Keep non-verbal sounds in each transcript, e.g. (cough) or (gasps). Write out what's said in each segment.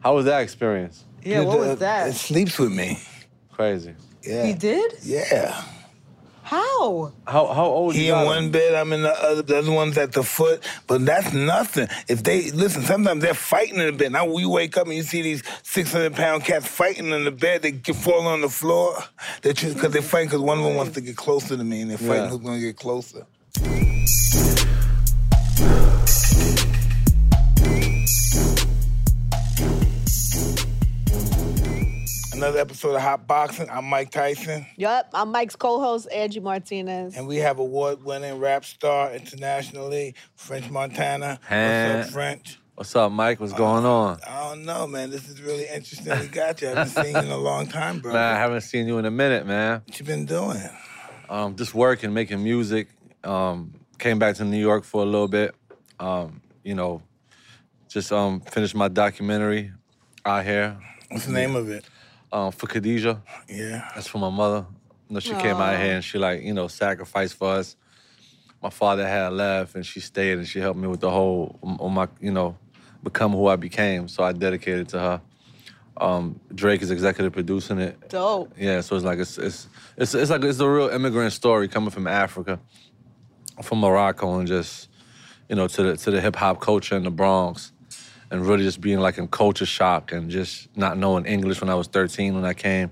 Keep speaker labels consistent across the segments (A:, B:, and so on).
A: How was that experience?
B: Yeah,
C: It,
B: what
C: uh,
B: was
C: It
B: that?
C: sleeps with me.
A: Crazy.
C: Yeah.
B: He did?
C: Yeah.
B: How?
A: How how old you
C: He
A: got
C: in
A: him?
C: one bed, I'm in the other. The other one's at the foot, but that's nothing. If they listen, sometimes they're fighting in the bed. Now we wake up and you see these 600 pound cats fighting in the bed. They get, fall on the floor. They're because they're fighting because one of them wants to get closer to me, and they're fighting
A: Yeah.
C: who's gonna get closer. Another episode of Hot Boxing. I'm Mike Tyson.
B: Yup, I'm Mike's co-host, Angie Martinez.
C: And we have award-winning rap star internationally, French Montana. What's
A: Huh.
C: up, French?
A: What's up, Mike? What's going on?
C: I don't know, man. This is really interesting. We got you. I haven't seen you
A: (laughs)
C: in a long time, bro.
A: Man, I haven't seen you in a minute, man.
C: What you been doing?
A: Um, just working, making music. Um, came back to New York for a little bit. Um, you know, just um finished my documentary out here.
C: What's the name of it?
A: Um, for Khadijah.
C: Yeah.
A: That's for my mother. You know, she came out here and she like, you know, sacrificed for us. My father had left and she stayed and she helped me with the whole on my, you know, become who I became. So I dedicated to her. Um, Drake is executive producing it.
B: (laughs) Dope. (laughs)
A: Yeah, so it's like it's it's it's, it's like it's a real immigrant story coming from Africa, from Morocco, and just you know to the to the hip hop culture in the Bronx, and really just being like in culture shock and just not knowing English when I was 13 when I came,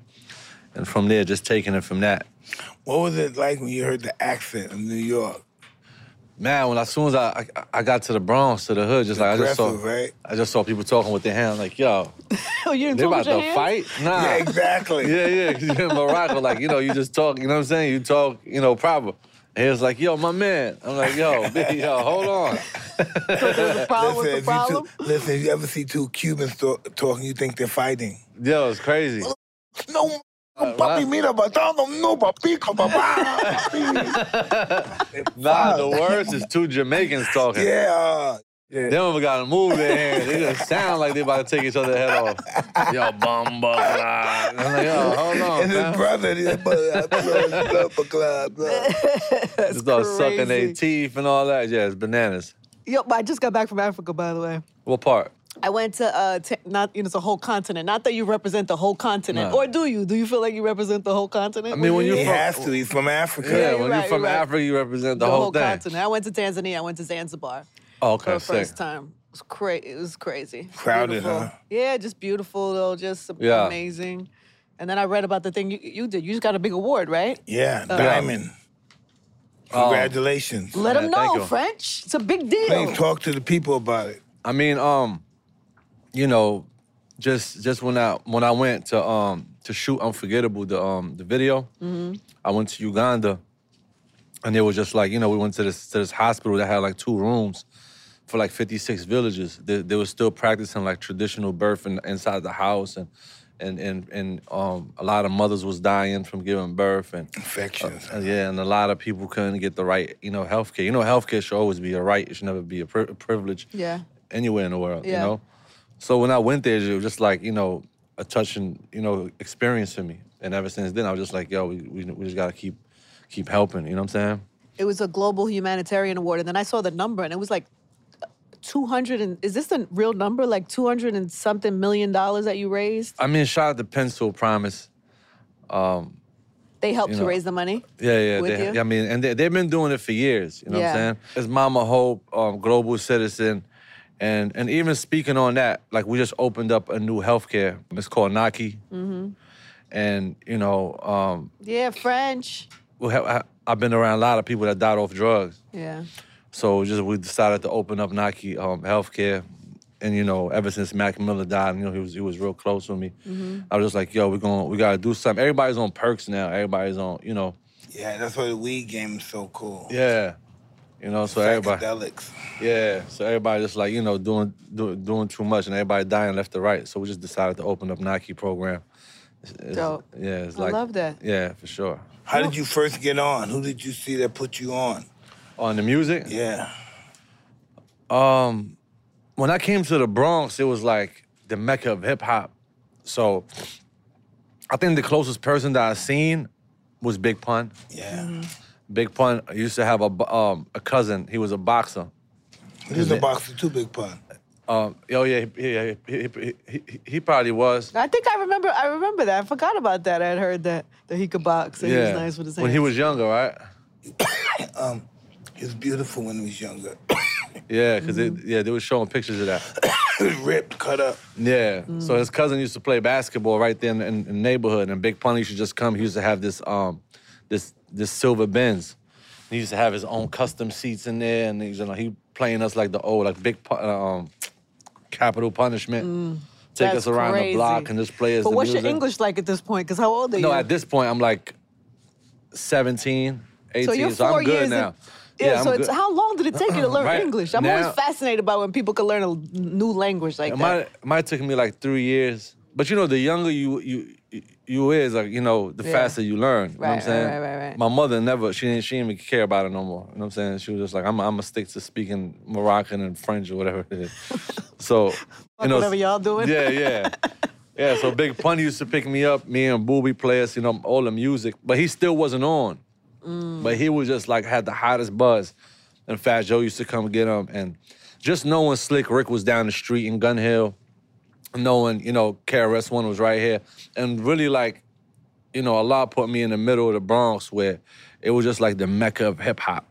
A: and from there just taking it from that.
C: What was it like when you heard the accent of New York?
A: Man, when as soon as I I, I got to the Bronx to the hood, just like I just saw
C: Aggressive, right?
A: I just saw people talking with their hands like yo,
B: Oh, you didn't
A: they
B: talk
A: about
B: with your
A: to
B: hands? (laughs)
A: fight? Nah,
C: Yeah, exactly.
A: Ah.
C: (laughs)
A: Yeah, yeah. (laughs) 'cause you're in Morocco, like, you know, you just talk, you know what I'm saying? You talk, you know, proper. And he was like, yo, my man. I'm like, yo, (laughs) big, yo, hold on.
B: So there was a problem with the
C: if you two,
B: problem?
C: listen, if you ever see two Cubans to- talking, you think they're fighting.
A: Yo, it's crazy.
C: No,
A: Uh,
C: papi,
A: what?
C: mira, batano, no, papi,
A: (laughs)
C: papá.
A: Nah, the worst is two Jamaicans talking.
C: Yeah.
A: They don't even gotta move their hands. They just sound like they about to take each other's head
B: (laughs)
A: off. Yo, bum, bum, blah. I'm like, yo, hold on,
C: and his
A: man.
C: brother, uh, his (laughs) brother, blah, blah,
A: (laughs)
C: blah, blah.
A: Just start sucking their
B: Crazy.
A: teeth and all that. Yeah, it's bananas.
B: Yo, but I just got back from Africa, by the way.
A: What part?
B: I went to uh, t- not you know it's a whole continent. Not that you represent the whole continent,
A: No.
B: or do you? Do you feel like you represent the whole continent?
A: I mean, when
B: you
C: He
A: you're
C: has to. He's from Africa.
A: Yeah,
B: you're
A: when
B: right,
A: you're from
B: you're right.
A: Africa, you represent the,
B: the whole,
A: thing.
B: continent? I went to Tanzania. I went to Zanzibar
A: Oh,
B: for
A: okay,
B: the
A: sick.
B: first time. It was crazy. It was crazy.
C: Crowded,
B: Beautiful.
C: huh?
B: Yeah, just beautiful though. Just
A: Yeah.
B: amazing. And then I read about the thing you, you did. You just got a big award, right?
C: Yeah, Diamond.
A: Oh.
C: Congratulations.
B: Let
A: Yeah,
B: them
A: thank
B: know,
A: you.
B: French. It's a big deal.
C: Please talk to the people about it.
A: I mean, um, you know, just just when I when I went to um to shoot Unforgettable the um the video, I went to Uganda, and it was just like you know we went to this to this hospital that had like two rooms for like 56 villages. They, they were still practicing like traditional birth in, inside the house and. And, and and um a lot of mothers was dying from giving birth and
C: Infections.
A: uh, yeah, and a lot of people couldn't get the right, you know, healthcare. You know, healthcare should always be a right. It should never be a, pri- a privilege.
B: Yeah.
A: Anywhere in the world,
B: Yeah.
A: you know. So when I went there, it was just like you know a touching, you know, experience for me. And ever since then, I was just like, yo, we we, we just gotta keep keep helping. You know what I'm saying?
B: It was a global humanitarian award, and then I saw the number, and it was like. 200 and is this the real number like 200 and something million dollars that you raised
A: I mean, shout out to Pencil Promise.
B: they helped
A: You
B: to
A: know,
B: raise the money
A: Yeah, yeah.
B: With
A: they-
B: you?
A: I mean, and they, they've been doing it for years. You know what
B: Yeah.
A: I'm saying? It's Mama Hope, um, Global Citizen, and and even speaking on that, like we just opened up a new healthcare. It's called Naki,
B: Mm-hmm.
A: and you know, um,
B: yeah french
A: we have, I, I've been around a lot of people that died off drugs.
B: yeah
A: So just we decided to open up Nike um, Healthcare, and you know, ever since Mac Miller died, you know, he was he was real close with me.
B: Mm-hmm.
A: I was just like, yo, we're going, to we gotta do something. Everybody's on perks now. Everybody's on, you know,
C: Yeah, that's why the weed game is so cool.
A: yeah, you know. So everybody,
C: Psychedelics.
A: yeah. So everybody just like you know doing do, doing too much, and everybody dying left to right. So we just decided to open up Nike program. It's- it's-
B: Dope.
A: Yeah, it's
B: Oh, I
A: like
B: love that.
A: Yeah, for sure.
C: How did you first get on? Who did you see that put you on?
A: On the music,
C: Yeah.
A: when I came to the Bronx, it was like the mecca of hip hop. So I think the closest person that I seen was Big Pun.
C: Yeah.
A: Mm-hmm. Big Pun used to have a bo- um, a cousin. He was a boxer.
C: He was a boxer too, Big Pun.
A: Um, oh yeah, he, yeah, he, he, he, he probably was.
B: I think I remember. I remember that. I forgot about that. I would heard that that he could box and
A: yeah,
B: he was nice with his hands.
A: when he was younger, right?
C: He was beautiful when he was younger. (coughs)
A: Yeah, because
B: Mm-hmm.
A: yeah, they were showing pictures of that.
C: He was ripped, cut up.
A: Yeah.
B: Mm.
A: So his cousin used to play basketball right there in, in, in the neighborhood, and Big Pun used to just come. He used to have this um, this this silver Benz. He used to have his own custom seats in there, and he's you know, he playing us like the old like Big Pun, um, Capital Punishment. Take
B: Mm. That's
A: us around
B: crazy.
A: the block and just play us.
B: But
A: the
B: what's your
A: music.
B: English like at this point? Because how old are
A: No,
B: you?
A: at this point, I'm like 17, 18,
B: so
A: so,
B: you're four
A: I'm good
B: years. in-
A: now.
B: yeah,
A: I'm
B: so it's
A: good.
B: how long did it take
A: (clears throat)
B: you to learn
A: Right
B: English? I'm
A: now-
B: always fascinated by when people can learn a new language like
A: It
B: that.
A: might, it might took me like three years, but you know, the younger you you you is, like you know, the
B: Yeah.
A: faster you learn. you know what I'm
B: Right,
A: saying?
B: right, right, right, right.
A: My mother never she didn't she didn't even care about it no more. You know what I'm saying? She was just like, I'm I'm gonna stick to speaking Moroccan and French or whatever it is.
B: (laughs)
A: so you know,
B: whatever y'all doing.
A: Yeah, yeah. Yeah, so Big Pun used to pick me up. Me and Booby play us, you know, all the music. But he still wasn't on.
B: Mm.
A: But he was just like had the hottest buzz. And Fat Joe used to come get him. And just knowing Slick Rick was down the street in Gun Hill, knowing, you know, KRS One was right here. And really like, you know, Allah put me in the middle of the Bronx where it was just like the Mecca of hip hop.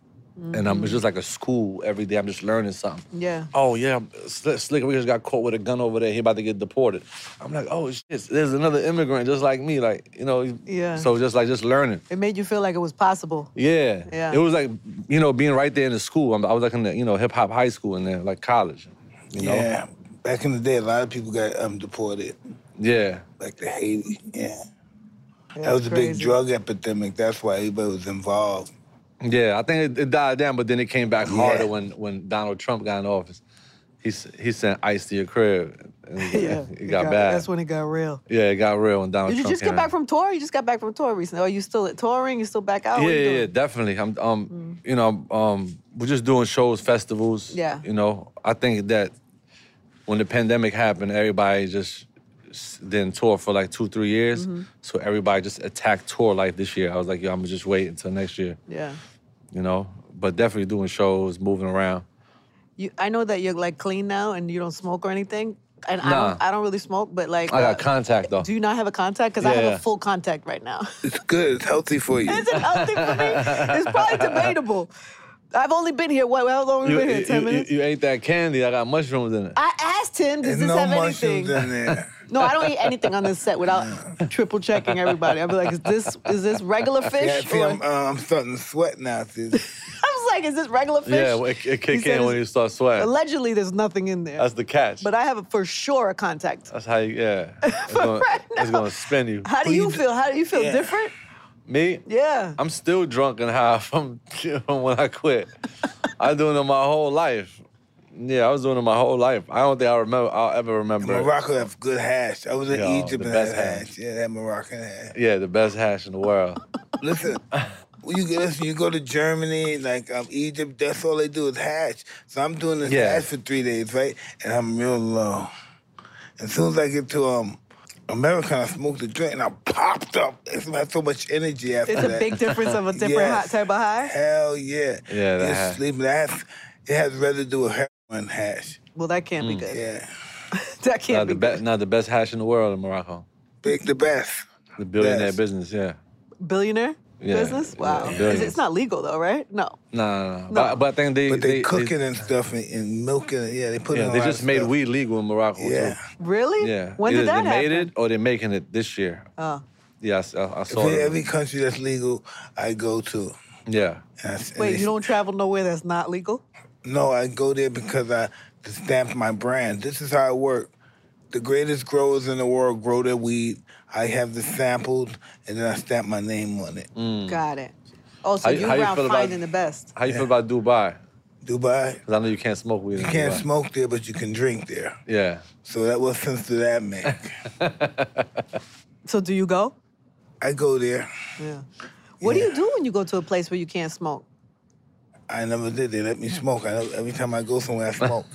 A: And I'm it's
B: Mm.
A: just like a school every day. I'm just learning something.
B: Yeah.
A: Oh yeah, Slick, Slick Rick just got caught with a gun over there. He about to get deported. I'm like, oh shit, there's another immigrant just like me. Like, you know, he-
B: Yeah.
A: So just like just learning.
B: It made you feel like it was possible.
A: Yeah.
B: Yeah.
A: It was like, you know, being right there in the school. I'm- I was like in the, you know, hip hop high school in there, like college. You know?
C: Yeah. Back in the day, a lot of people got um, deported,
A: Yeah.
C: like to Haiti. Yeah.
B: Yeah,
C: That
B: it's
C: was a big
B: crazy.
C: drug epidemic. That's why everybody was involved.
A: Yeah. I think it, it died down, but then it came back harder
C: Yeah.
A: when when Donald Trump got in office. He s- he sent ice to your crib. And
B: (laughs) Yeah,
A: It got, bad.
B: That's when it got real.
A: yeah, it got real when Donald
B: Did you
A: Trump
B: just get
A: came
B: back
A: in.
B: from tour? You just got back from tour recently. Are you still at touring? You still back out? Oh, What
A: yeah,
B: you
A: yeah, yeah,
B: doing? Hmm.
A: definitely. I'm, um, you know, um, we're just doing shows, festivals.
B: Yeah.
A: You know, I think that when the pandemic happened, everybody just s- didn't tour for like two, three years.
B: Mm-hmm.
A: So everybody just attacked tour life this year. I was like, yo, I'm gonna just wait until next year.
B: yeah.
A: You know, but definitely doing shows, moving around.
B: You, I know that you're like clean now and you don't smoke or anything. And I,
A: Nah.
B: don't, I don't really smoke, but like,
A: I got
B: uh,
A: contact though.
B: do you not have a contact? Because I
A: Yeah,
B: have
A: yeah.
B: a full contact right now. (laughs)
C: It's good. It's healthy for you.
B: Is it healthy for me? It's probably debatable. I've only been here. What? How long have we
A: you,
B: been here?
A: you-
B: Ten
A: you-
B: minutes.
A: you ate that candy. I got mushrooms in it.
B: I asked him, does
C: There's
B: this
C: no
B: have
C: mushrooms
B: anything?
C: in
B: (laughs)
C: there. (laughs)
B: No, I don't eat anything on this set
A: (laughs)
B: without triple checking everybody. I'll be like, is this is this regular
C: Yeah,
B: fish?
C: see,
B: or-
C: I'm, uh, I'm starting to sweat now. (laughs) sis.
B: (laughs) I was like, is this regular fish?
A: yeah, well, it, it
B: He
A: kick
B: said
A: in when
B: it's-
A: you start sweating.
B: Allegedly, there's nothing in there.
A: That's the catch.
B: but I have for sure a contact.
A: That's how you,
B: (laughs)
A: yeah. It's gonna,
B: right
A: it's
B: now.
A: gonna spin you.
B: How do
C: Well, you
B: you
C: d-
B: feel? How do you feel?
C: Yeah.
B: Different?
A: Me?
B: Yeah.
A: I'm still drunk and high from (laughs) from when I quit. I doing it my whole life. Yeah, I was doing it my whole life. I don't think I remember. I'll ever remember. it.
C: Morocco have good hash. I was in
A: Yo,
C: Egypt
A: the
C: and
A: best
C: had hash.
A: hash.
C: Yeah, that Moroccan hash.
A: Yeah, the best hash in the
C: (laughs)
A: world.
C: Listen, when you go- listen, you go to Germany, like um, Egypt. That's all they do is hash. So I'm doing this
A: Yeah.
C: hash for three days, right? And I'm real low. As soon as I get to um America, I smoked a joint and I popped up. It's not so much energy after
B: It's a
A: (laughs)
C: that.
B: big difference of a different
C: Yes.
B: hot type of high.
C: Hell yeah.
A: Yeah, that
C: You're
A: hash.
C: sleeping. That's, it has residue of heroin hash.
B: Well, that can't be good.
C: Yeah.
B: That can't
A: Mm, Not
B: be
A: the best.
B: good.
A: Not the best hash in the world in Morocco.
C: Big the best.
A: The billionaire
C: Best.
A: business. Yeah.
B: Billionaire
A: Yeah,
B: business?
A: yeah,
B: Wow. 'Cause
A: billions.
B: it's not legal though, right? No.
A: Nah, nah, nah. But, but I think they
C: But they, cook it and stuff and, and milk it. Yeah, they put it
A: yeah,
C: in a
A: they
C: lot of
A: just made
C: stuff.
A: weed legal in Morocco
C: Yeah.
B: Really?
A: too. Yeah.
B: When
A: Either
B: did that
A: they
B: happen?
A: made it or they're making it this year.
B: Oh.
A: Yeah, I, s- I- I saw
C: Every,
A: it.
C: every country that's legal, I go to.
A: yeah.
C: And I s- and
B: Wait,
C: they-
B: you don't travel nowhere that's not legal?
C: No, I go there because I to stamp my brand. This is how I work. The greatest growers in the world grow their weed. I have the samples, and then I stamp my name on it.
A: Mm.
B: Got it. Oh, so
A: How you-
B: you
A: how you
B: around
A: feel about-
B: finding the best.
A: How you feel about Dubai?
C: Dubai,
A: Because I know you can't smoke weed.
C: you
A: in
C: can't
A: Dubai.
C: smoke there, but you can drink there.
A: Yeah.
C: So that what sense did that make?
A: (laughs)
B: So do you go?
C: I go there.
B: Yeah. What do you do when you go to a place where you can't smoke?
C: I never did. They let me smoke. I, never- every time I
B: (laughs)
C: go somewhere, I smoke.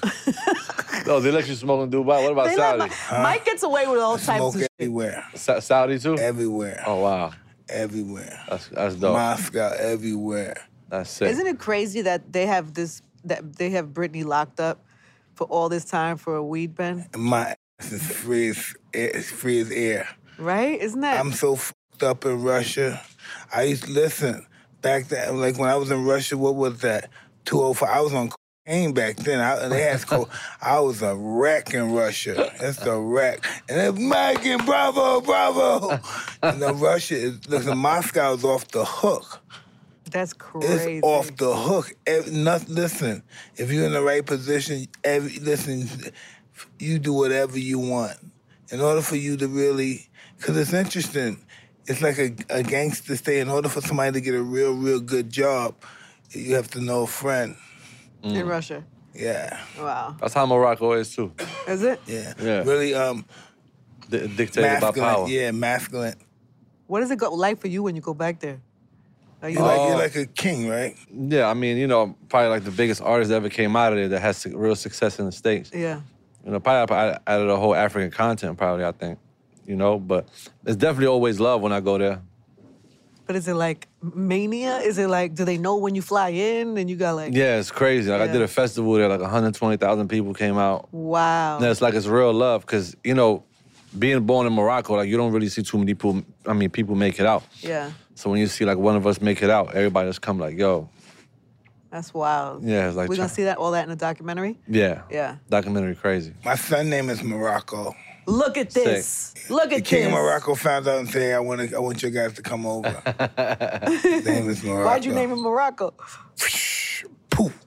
A: No, they let you smoke in Dubai. What about
B: They let
A: Saudi?
B: my- Mike gets away with all types
C: smoke
B: of shit.
C: everywhere,
A: Sa- Saudi too?
C: everywhere,
A: Oh Uh, wow,
C: everywhere.
A: that's that's dope.
C: Moscow, everywhere.
A: that's sick.
B: Isn't it crazy that they have this that they have Britney locked up for for all this time for a weed pen,
C: My ass is free as, it's free as air.
B: right? Isn't that?
C: I'm so fucked up in Russia. I used to listen back then, like when I was in Russia, what was that? 205. I was on cocaine back then. I, they had co- I was a wreck in Russia. That's a wreck. And it's Mike and Bravo, Bravo. You know, Russia is, listen, Moscow is off the hook.
B: that's
C: It's
B: crazy.
C: off the hook. Ev not, listen, if you're in the right position, every, listen, you do whatever you want. In order for you to really, because it's interesting, it's like a, a gangster stay. In order for somebody to get a real, real good job, you have to know a friend.
B: in Russia.
C: Yeah,
B: Wow.
A: That's how Morocco is too.
B: Is it?
C: yeah,
A: Yeah.
C: Really, um,
A: Di- dictated by power.
C: masculine. Yeah, masculine.
B: What is it go- like for you when you go back there? Are you
C: You're
B: like,
C: like
A: Oh.
C: you're like a king, right?
A: Yeah, I mean, you know, probably like the biggest artist that ever came out of there that has su- real success in the states.
B: yeah.
A: You know, probably out out of the whole African continent, probably I think. You know, but it's definitely always love when I go there.
B: But is it like mania? Is it like, do they know when you fly in and you got like,
A: Yeah, it's crazy. Like I
B: Yeah.
A: did a festival there, like 120,000 people came out.
B: wow.
A: And it's like it's real love because you know, being born in Morocco, like you don't really see too many people. I mean, people make it out.
B: Yeah.
A: So when you see like one of us make it out, everybody just come like, yo,
B: That's wild.
A: Yeah, it's like
B: We're going to
A: Chi-
B: see that all that in a documentary?
A: yeah,
B: Yeah.
A: documentary crazy.
C: My son name is Morocco.
B: Look at this. Look at
C: The king
B: this.
C: of Morocco found out and said, "I want to, I want your guys to come over."
B: (laughs)
C: His name is Morocco.
B: Why'd you name him Morocco?
C: Poof.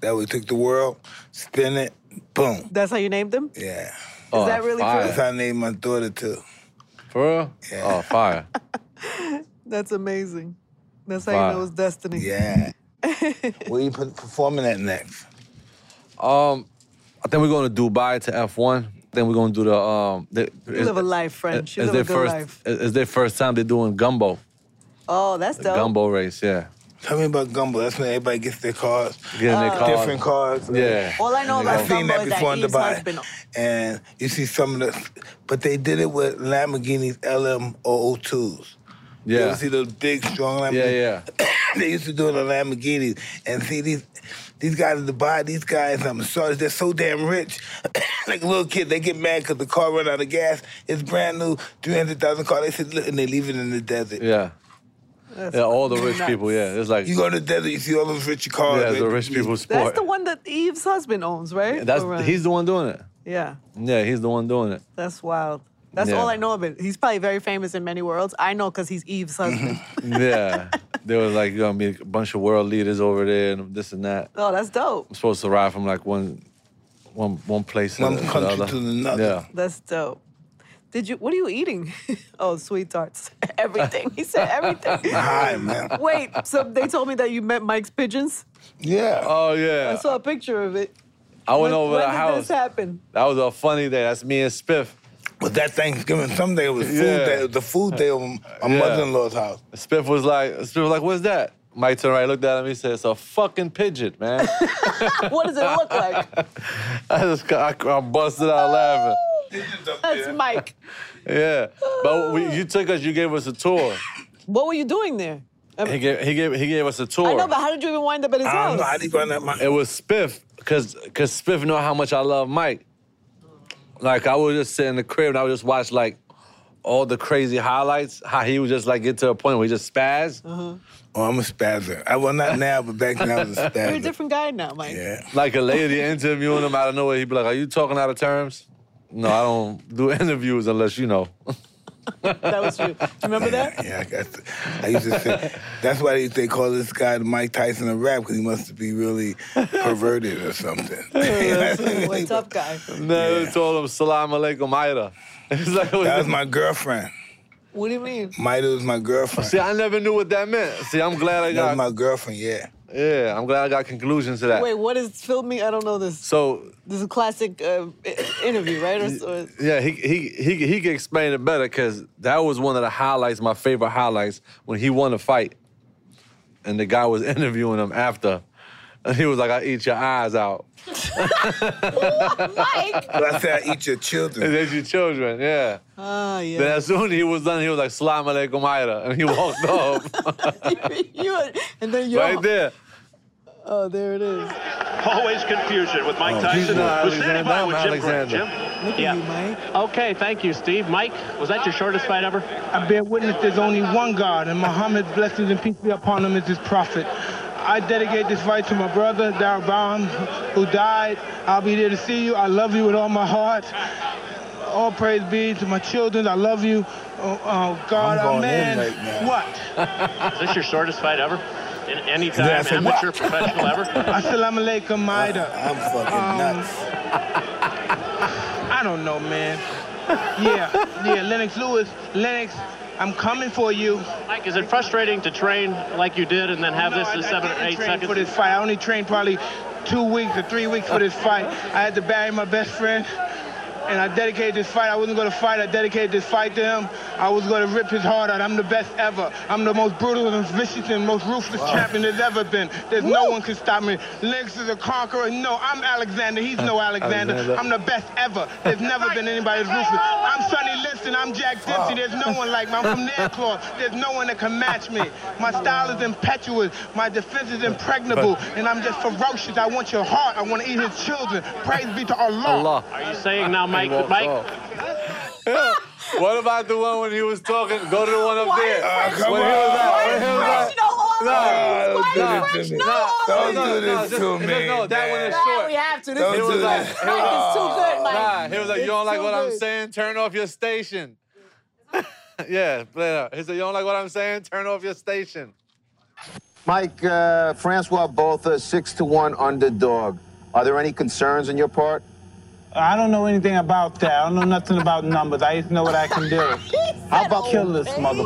C: That we took the world, spin it, boom.
B: That's how you named him?
C: Yeah,
A: Oh,
B: that really
A: fire.
C: that's how I named my daughter too.
A: For real?
C: Yeah.
A: Oh,
B: (laughs)
A: fire.
B: That's amazing. That's how
A: Wow.
B: you know it's destiny. (laughs)
C: Yeah. Where you put, performing at next?
A: um, I think we're going to Dubai to F1. Then we're going to do the um. The,
B: You live a life, French. You
A: is
B: live a
A: their
B: good
A: first?
B: life.
A: Is is their first time they're doing gumbo?
B: Oh, that's dope.
A: Gumbo race, yeah.
C: Tell me about Gumbo. That's when everybody gets their cars,
A: Getting
B: Uh,
A: their car.
C: different cars.
A: Yeah.
B: All I know
A: And they
B: about
A: go-
C: I've seen
B: Gumbo
C: that
B: is that
C: before in
B: Eve's
C: Dubai.
B: husband-
C: And you see some of the, but they did it with Lamborghinis LM002s. You ever
A: Yeah.
C: see those big, strong Lamborghinis?
A: Yeah, yeah.
C: they used to do it on Lamborghinis. And see these these guys in Dubai, these guys, I'm sorry, they're so damn rich. (coughs) like little kids, they get mad because the car run out of gas. It's brand new, three hundred thousand car. They said, look, and they leave it in the desert.
A: Yeah. Yeah, all the rich
B: nuts.
A: people, yeah. It's like
C: You go to the desert, you see all those rich cars.
A: yeah,
C: right?
A: the rich
C: (laughs)
A: people
B: That's
A: sport.
B: the one that Eve's husband owns, right?
A: That's
B: Or runs.
A: he's the one doing it.
B: yeah.
A: Yeah, he's the one doing (laughs) it.
B: That's wild. That's
A: Yeah.
B: all I know of it. He's probably very famous in many worlds. I know because he's Eve's husband.
A: (laughs) Yeah. there was like gonna be a bunch of world leaders over there and this and that.
B: oh, that's dope.
A: I'm supposed to ride from like one one one place
C: One
A: to
C: country
A: the other.
C: to another.
A: Yeah.
B: That's dope. Did you? What are you eating? (laughs) oh, sweet tarts. (laughs) everything. He said everything.
A: (laughs)
C: Hi, man.
B: Wait. So they told me that you met Mike's pigeons.
C: Yeah.
A: Oh
B: I
A: yeah.
B: saw a picture of it.
A: I went
B: when,
A: over
B: when
A: the
B: did
A: house.
B: this happen? (laughs)
A: That was a funny day. That's me and Spiff.
C: but that Thanksgiving, someday it was food
A: Yeah.
C: day. It was the food day on my
A: Yeah.
C: mother-in-law's house.
A: Spiff was like, Spiff was like, what's that? Mike turned right, looked at him, he said, It's a fucking pigeon, man. (laughs)
B: What does it look like?
A: I just I, I busted out laughing.
B: That's Mike.
A: Yeah. But we, you took us, you gave us a tour.
B: What were you doing there? I,
A: He
B: mean,
A: gave he gave he gave us a tour.
B: I know, but how did you even wind up at his
A: Um,
C: I don't
B: house?
C: know how they run that. My,
A: it was Spiff, cause cause Spiff know how much I love Mike. Like I would just sit in the crib and I would just watch like all the crazy highlights. How he would just like get to a point where he just spaz.
C: oh, I'm a spazzer. I well, not now, but back then
A: (laughs)
C: I was a spazzer.
B: You're a different guy now, Mike.
C: Yeah.
A: Like a lady interviewing him out of nowhere, he'd be like, "Are you talking out of terms?" No, I don't do (laughs) interviews unless you know. (laughs)
B: That was you. Remember that?
C: Yeah, I, got to, I used to say that's why they, they call this guy Mike Tyson a rap because he must be really perverted
B: (laughs)
C: or something.
B: What
C: (laughs) that
B: tough guy?
A: No, they told him "Salam alaikum, Ida." (laughs) It's like, what (laughs)
C: was
A: the-
C: my girlfriend.
B: What do you mean?
C: Maida was my girlfriend.
A: see, I never knew what that meant. See, I'm glad I
C: that
A: got.
C: was my girlfriend. Yeah,
A: yeah, I'm glad I got conclusions to that.
B: (laughs) Wait, what is filming? I don't know this.
A: So
B: This is a classic uh, i- interview, right? Or, or,
A: Yeah, he he he he can explain it better because that was one of the highlights, my favorite highlights, when he won the fight, and the guy was (laughs) interviewing him after, and he was like, "I eat your eyes out." (laughs)
B: Mike.
C: but I said I eat your
A: And
C: children.
A: there's your children, yeah.
B: Oh
A: Then
B: (laughs) yeah.
A: as soon as he was done, he was like, "Salam (laughs) alaikum, Ida," and he walked off
B: you, and then you're
A: right there.
B: Oh, there it is.
D: Always confusion with Mike
A: Oh,
D: Tyson.
A: he's not
D: Who's standing by with
A: Alexander,
D: Jim Gray.
A: I'm
D: Jim?
B: Look at you, Mike.
D: Okay, thank you, Steve. Mike, was that your shortest fight ever?
E: I bear witness there's only one God, and Muhammad's blessings and peace be upon him is his prophet. I dedicate this fight to my brother, Darabam, who died. I'll be there to see you. I love you with all my heart. All praise be to my children. I love you. Oh, oh, God,
C: I'm going in
E: amen.
C: right now.
D: Is
E: What?
D: this your shortest fight ever? In any time,
C: That's a
A: (laughs)
D: amateur,
C: what?
D: professional, ever?
E: Assalamu alaikum, Maida.
C: I'm fucking nuts.
E: I don't know, man. Yeah, yeah, Lennox Lewis. Lennox, I'm coming for you.
D: Mike, is it frustrating to train like you did and then have this
E: No,
D: in
E: I- I
D: seven or
E: didn't
D: eight
E: train
D: seconds?
E: For this fight, I only trained probably two weeks or three weeks for this fight. I had to bury my best friend, and I dedicated this fight. I wasn't going to fight. I dedicated this fight to him. I was going to rip his heart out. I'm the best ever. I'm the most brutal and vicious and most ruthless champion there's ever been. There's no one can stop me. Lynx is a conqueror. No, I'm Alexander. He's no Alexander.
A: Alexander.
E: I'm the best ever. There's never been anybody as ruthless. I'm Sonny Liston. I'm Jack Dempsey. There's no one like me. I'm from Nairclaw. There's no one that can match me. My style is impetuous. My defense is impregnable. And I'm just ferocious. I want your heart. I want to eat his children. Praise be to
A: Allah.
D: Are you saying now, Mike,
A: He walked
D: Mike,
A: off. what about the one when he was talking? Go to the one up
F: Why
A: there.
F: is
C: Ah, come
A: when he was
C: on.
A: out,
C: Why
A: when
C: is
A: he was
C: French
A: out.
F: French no all
C: Nah,
F: of
C: don't
F: these? Why
C: do
F: is French
C: this to me.
F: no all
C: Don't
F: of
A: no,
F: these?
A: no,
C: do this
A: just-
C: to
A: no,
C: me.
A: no, that one is
C: man.
A: short.
F: Now we have to.
C: Don't
F: This
A: He
F: is
A: was
C: do
A: like,
C: that.
A: he was
F: Mike,
A: like,
F: it's too good, Mike.
A: nah. He was like, you don't like
B: so
A: what I'm
B: good. (laughs)
A: saying? Turn off your station. (laughs) yeah, play it out. He said, you don't like what I'm saying? Turn off your station.
G: Mike, uh, Francois Botha, six to one underdog. Are there any concerns on your part?
E: I don't know anything about that. I don't know nothing about numbers. I just know what I can do. How about kill this mother?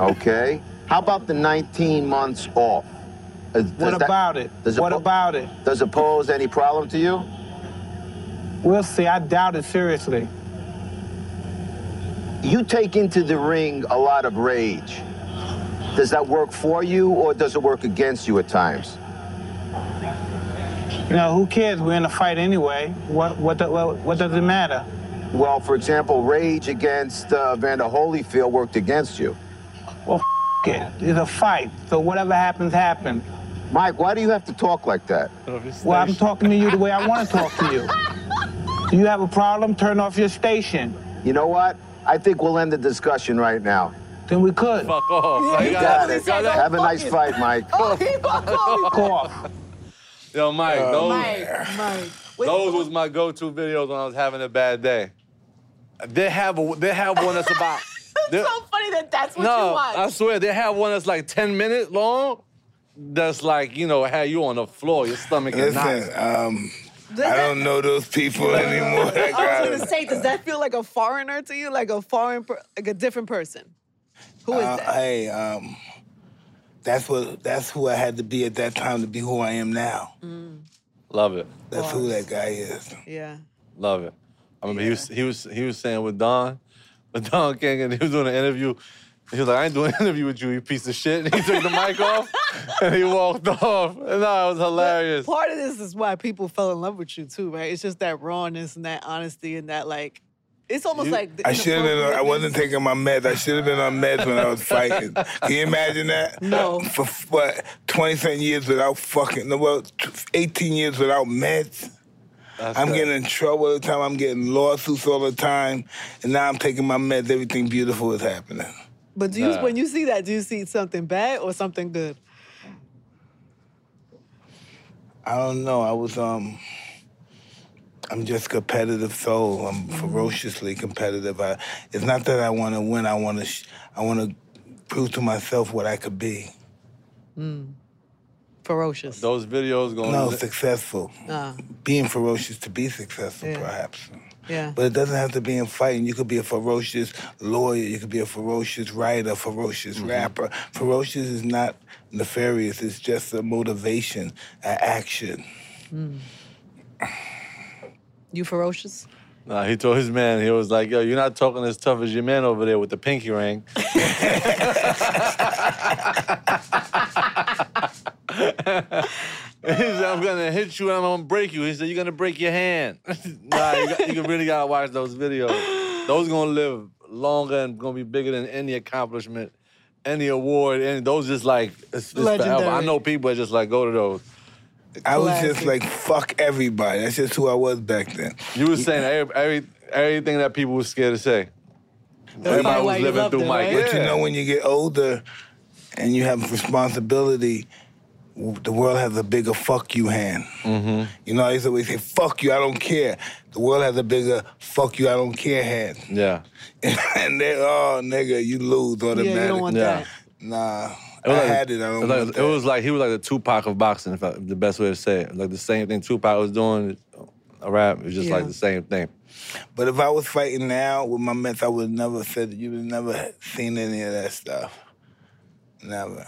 G: Okay. How about the 19 months off? Is- does
E: What
G: that-
E: about it?
G: does
E: What
G: po-
E: about it?
G: Does it pose any problem to you?
E: We'll see. I doubt it seriously.
G: You take into the ring a lot of rage. Does that work for you or does it work against you at times?
E: You know, who cares? We're in a fight anyway. What what the, what, what does it matter?
G: Well, for example, rage against uh, Vander Holyfield worked against you.
E: Well, f- it. It's a fight. So whatever happens, happens.
G: Mike, why do you have to talk like that?
A: Turn off your station.
E: Well, I'm talking to you the way I want to talk to you. Do you have a problem? Turn off your station.
G: You know what? I think we'll end the discussion right now.
E: Then we could. Fuck
A: Fuck off. Like,
F: you
A: you
F: got
A: gotta-
F: it.
A: you gotta-
F: Don't
G: Have a nice
F: fucking-
G: fight, Mike.
F: Oh, he fucked off.
E: off.
A: Yo, Mike, those,
F: Mike, Mike. Wait,
A: those was my go-to videos when I was having a bad day. They have a, they have one that's
F: (laughs)
A: about. they-
F: It's so funny that that's what you
A: no,
F: watch.
A: I swear they have one that's like 10 minutes long. That's like, you know, had you on the floor, your stomach is knocked.
C: Listen, um, I don't know
B: (laughs)
C: those people
B: I
C: anymore. I
B: was
C: (laughs) gotta-
B: gonna say, does that feel like a foreigner to you? Like a foreign, per- like a different person? Who is
C: Uh,
B: that?
C: hey, um, that's what that's who I had to be at that time to be who I am now.
B: Mm.
A: Love it.
C: That's who that guy is.
B: yeah.
A: Love it. I remember he was he was he was saying with Don, (laughs) with Don King, and he was doing an interview. He was like, I ain't doing an interview with you, you piece of shit. And he took
C: (laughs)
A: the mic off and he walked (laughs) off. And no, it was hilarious.
B: Part of this is why people fell in love with you too, right? It's just that rawness and that honesty and that like, it's almost
A: You-
B: like the
C: I should have been. I wasn't taking my meds. I should have been on meds when I was fighting. Can you imagine that?
B: (laughs) No.
C: For f- what? Twenty something years without fucking. No, well, t- eighteen years without meds.
A: That's
C: I'm
A: it.
C: getting in trouble all the time. I'm getting lawsuits all the time, and now I'm taking my meds. Everything beautiful is happening.
B: But do you,
A: Nah.
B: when you see that, do you see something bad or something good?
C: I don't know. I was um. I'm just competitive soul. I'm ferociously competitive. I, it's not that I want to win. I want to. Sh- I want to prove to myself what I could be.
B: Ferocious.
A: those videos going
C: No, successful.
B: Uh,
C: Being ferocious to be successful,
B: Yeah.
C: perhaps.
B: yeah.
C: But it doesn't have to be in fighting. You could be a ferocious lawyer. You could be a ferocious writer, ferocious
B: Mm-hmm.
C: rapper. Ferocious is not nefarious. It's just a motivation, an action.
B: you ferocious?
A: Nah, he told his man, he was like, yo, you're not talking as tough as your man over there with the pinky ring. he said, I'm gonna hit you and I'm gonna break you. He said, You're gonna break your hand. (laughs) nah, you, got, you really gotta watch those videos. Those gonna live longer and gonna be bigger than any accomplishment any award, and those just like it's, it's forever.
B: Legendary.
A: I know people that just like go to those.
C: I was
B: Classic.
C: just like, fuck everybody. That's just who I was back then.
A: You were saying every, every everything that people were scared to say. Everybody
B: why
A: was
B: you
A: living
B: loved
A: through
B: it,
A: Mike.
B: right?
C: But you know, when you get older and you have responsibility, w- the world has a bigger fuck you hand.
A: Mm-hmm.
C: You know, I used to always say, fuck you, I don't care. The world has a bigger fuck you, I don't care hand. (laughs)
A: yeah.
C: and they, oh, nigga, you lose automatic.
B: Yeah, you don't want
A: Yeah.
B: that.
C: Nah,
A: It was
C: I
A: like-
C: had it. I don't
A: it was like,
C: want
A: it
C: that.
A: was like he was like the Tupac of boxing, if I, the best way to say it. Like the same thing Tupac was doing, a rap. It was just
B: Yeah.
A: like the same
C: (laughs)
A: thing.
C: But if I was fighting now with my mess, I would never said you would never seen any of that stuff. Never.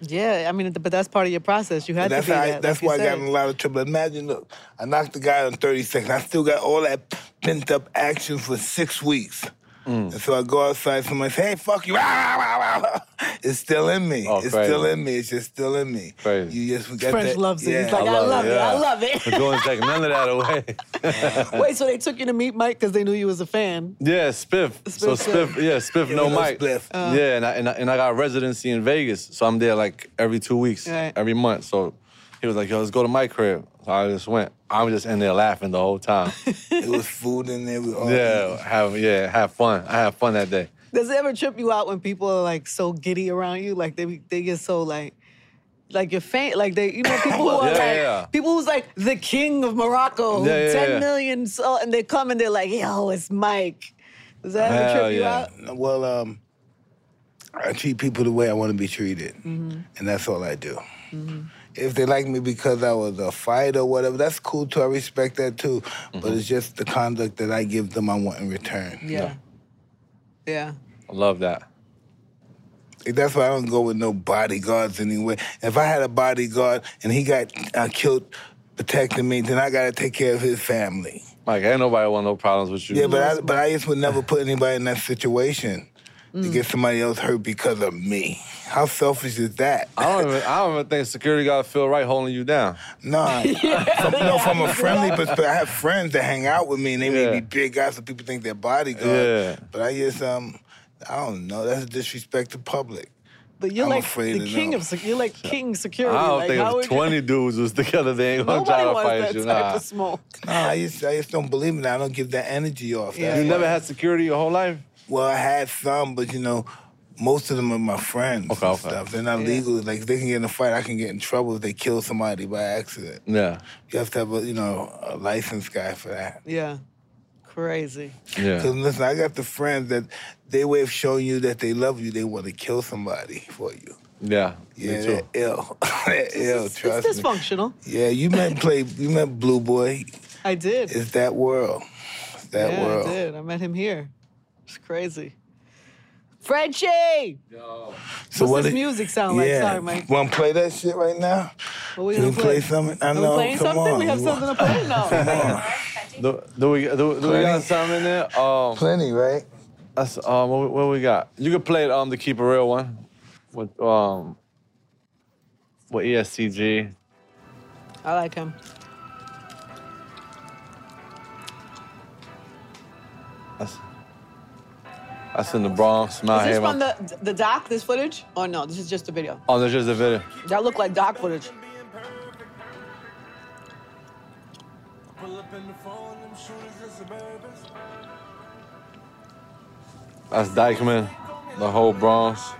B: Yeah, I mean, but that's part of your process. You had
C: that's
B: to be
C: how I,
B: that. like
C: that's
B: you
C: why I got
B: said.
C: in a lot of trouble. Imagine, look, I knocked the guy on 30 seconds. I still got all that pent up action for six weeks. And so I go outside, somebody say, hey, fuck you. (laughs) Rah, rah, rah, rah, rah. It's still in me.
A: Oh,
C: it's
A: crazy.
C: still in me. It's just still in me.
A: Crazy.
C: You just got
B: French
C: that.
B: loves it. He's
C: yeah.
B: like, I love, it. I
A: yeah.
B: love (laughs) it.
A: But Jordan take none of that away.
B: Wait, so they took you to meet Mike because they knew you was a fan.
A: yeah, Spiff. so
B: Spiff, Oh.
A: Spiff, yeah,
B: yeah.
A: Spiff,
C: Yeah,
A: no
C: we know
A: mic.
C: Spiff.
A: yeah, and I, and I and I got residency in Vegas, so I'm there like every two weeks,
B: Right.
A: every month. So he was like, "Yo, let's go to my crib." So I just went. I was just in there laughing the whole
B: (laughs)
A: time.
C: It was food in there. It was all
A: yeah, have yeah, have fun. I had fun that day.
B: Does it ever trip you out when people are like so giddy around you? Like they they get so like like you're faint. Like they you
A: (laughs)
B: know people who are
A: Yeah,
B: like
A: yeah.
B: people who's like the king of Morocco, who
A: Yeah, yeah,
B: 10
A: yeah.
B: million so and they come and they're like, yo, it's Mike. Does that ever
A: Hell
B: trip you
A: yeah.
B: out?
C: Well, um, I treat people the way I want to be treated, and that's all I do. If they like me because I was a fighter or whatever, that's cool too. I respect that too. But it's just the conduct that I give them, I want in return.
B: Yeah. Yeah.
A: I love that.
C: Like, That's why I don't go with no bodyguards anyway. If I had a bodyguard and he got uh, killed protecting me, then I got to take care of his family.
A: Mike, ain't nobody want no problems with you.
C: Yeah, but I, but I just would never put anybody in that situation to get somebody else hurt because of me. How selfish is that?
A: I don't even I don't even think security gotta feel right holding you down. (laughs)
C: No, from, no, from a friendly perspective, I have friends that hang out with me, and they
A: Yeah.
C: may be big guys, so people think they're bodyguards.
A: Yeah.
C: But I just, um, I don't know. That's disrespect to public.
B: But you're
C: I'm
B: like
C: afraid
B: the
C: of
B: king
C: them.
B: of
A: (laughs)
B: sec- you're like king security.
A: I don't
B: (laughs) like, how
A: think
B: would
A: if
B: you-
A: 20 dudes was together, they ain't gonna
B: Nobody
A: try to
B: wants
A: fight
B: that
A: you.
B: type
A: Nah.
B: of smoke. (laughs)
C: No, I just, I just don't believe in that. I don't give that energy off.
A: You
B: Yeah.
C: That's
A: never
C: why-
A: had security your whole life?
C: Well, I had some, but you know, most of them are my friends
A: Okay,
C: and
A: okay.
C: stuff. They're not legal. Like they can get in a fight, I can get in trouble if they kill somebody by accident.
A: Yeah.
C: You have to have a, you know, a licensed guy for that.
B: Yeah. Crazy.
A: Yeah.
C: Because listen, I got the friends that they way of showing you that they love you, they want to kill somebody for you.
A: Yeah.
C: Yeah,
A: Me too.
C: they're (laughs) ill. they're ill,
B: it's,
C: trust
B: it's
C: me.
B: dysfunctional.
C: Yeah, you met play you met Blue Boy.
B: I did.
C: It's that world. It's that
B: yeah,
C: world.
B: I did. I met him here. It's crazy. Frenchie!
C: So
B: What's
C: what
B: this
C: it-
B: music sound like?
C: yeah.
B: Sorry, Mike.
C: Wanna play that shit right now?
B: What we
C: Can
B: gonna
C: we play something? I
B: Are we
C: know,
B: playing
C: come
B: something?
C: on.
B: We have
C: You
B: something to play? No.
C: (laughs)
A: Do, do we do, do we got
C: Plenty.
A: something in there? Um,
C: Plenty, right?
A: that's, um what, we- what we got? You could play um the keep it real one with um with E ESCG.
B: I like him.
A: That's that's in the Bronx. Mount
B: Is this
A: Haven.
B: from the the doc? This footage? Or no? This is just a video.
A: oh, there's just a video.
B: That looked like doc footage.
A: That's Dykeman, the whole Bronx.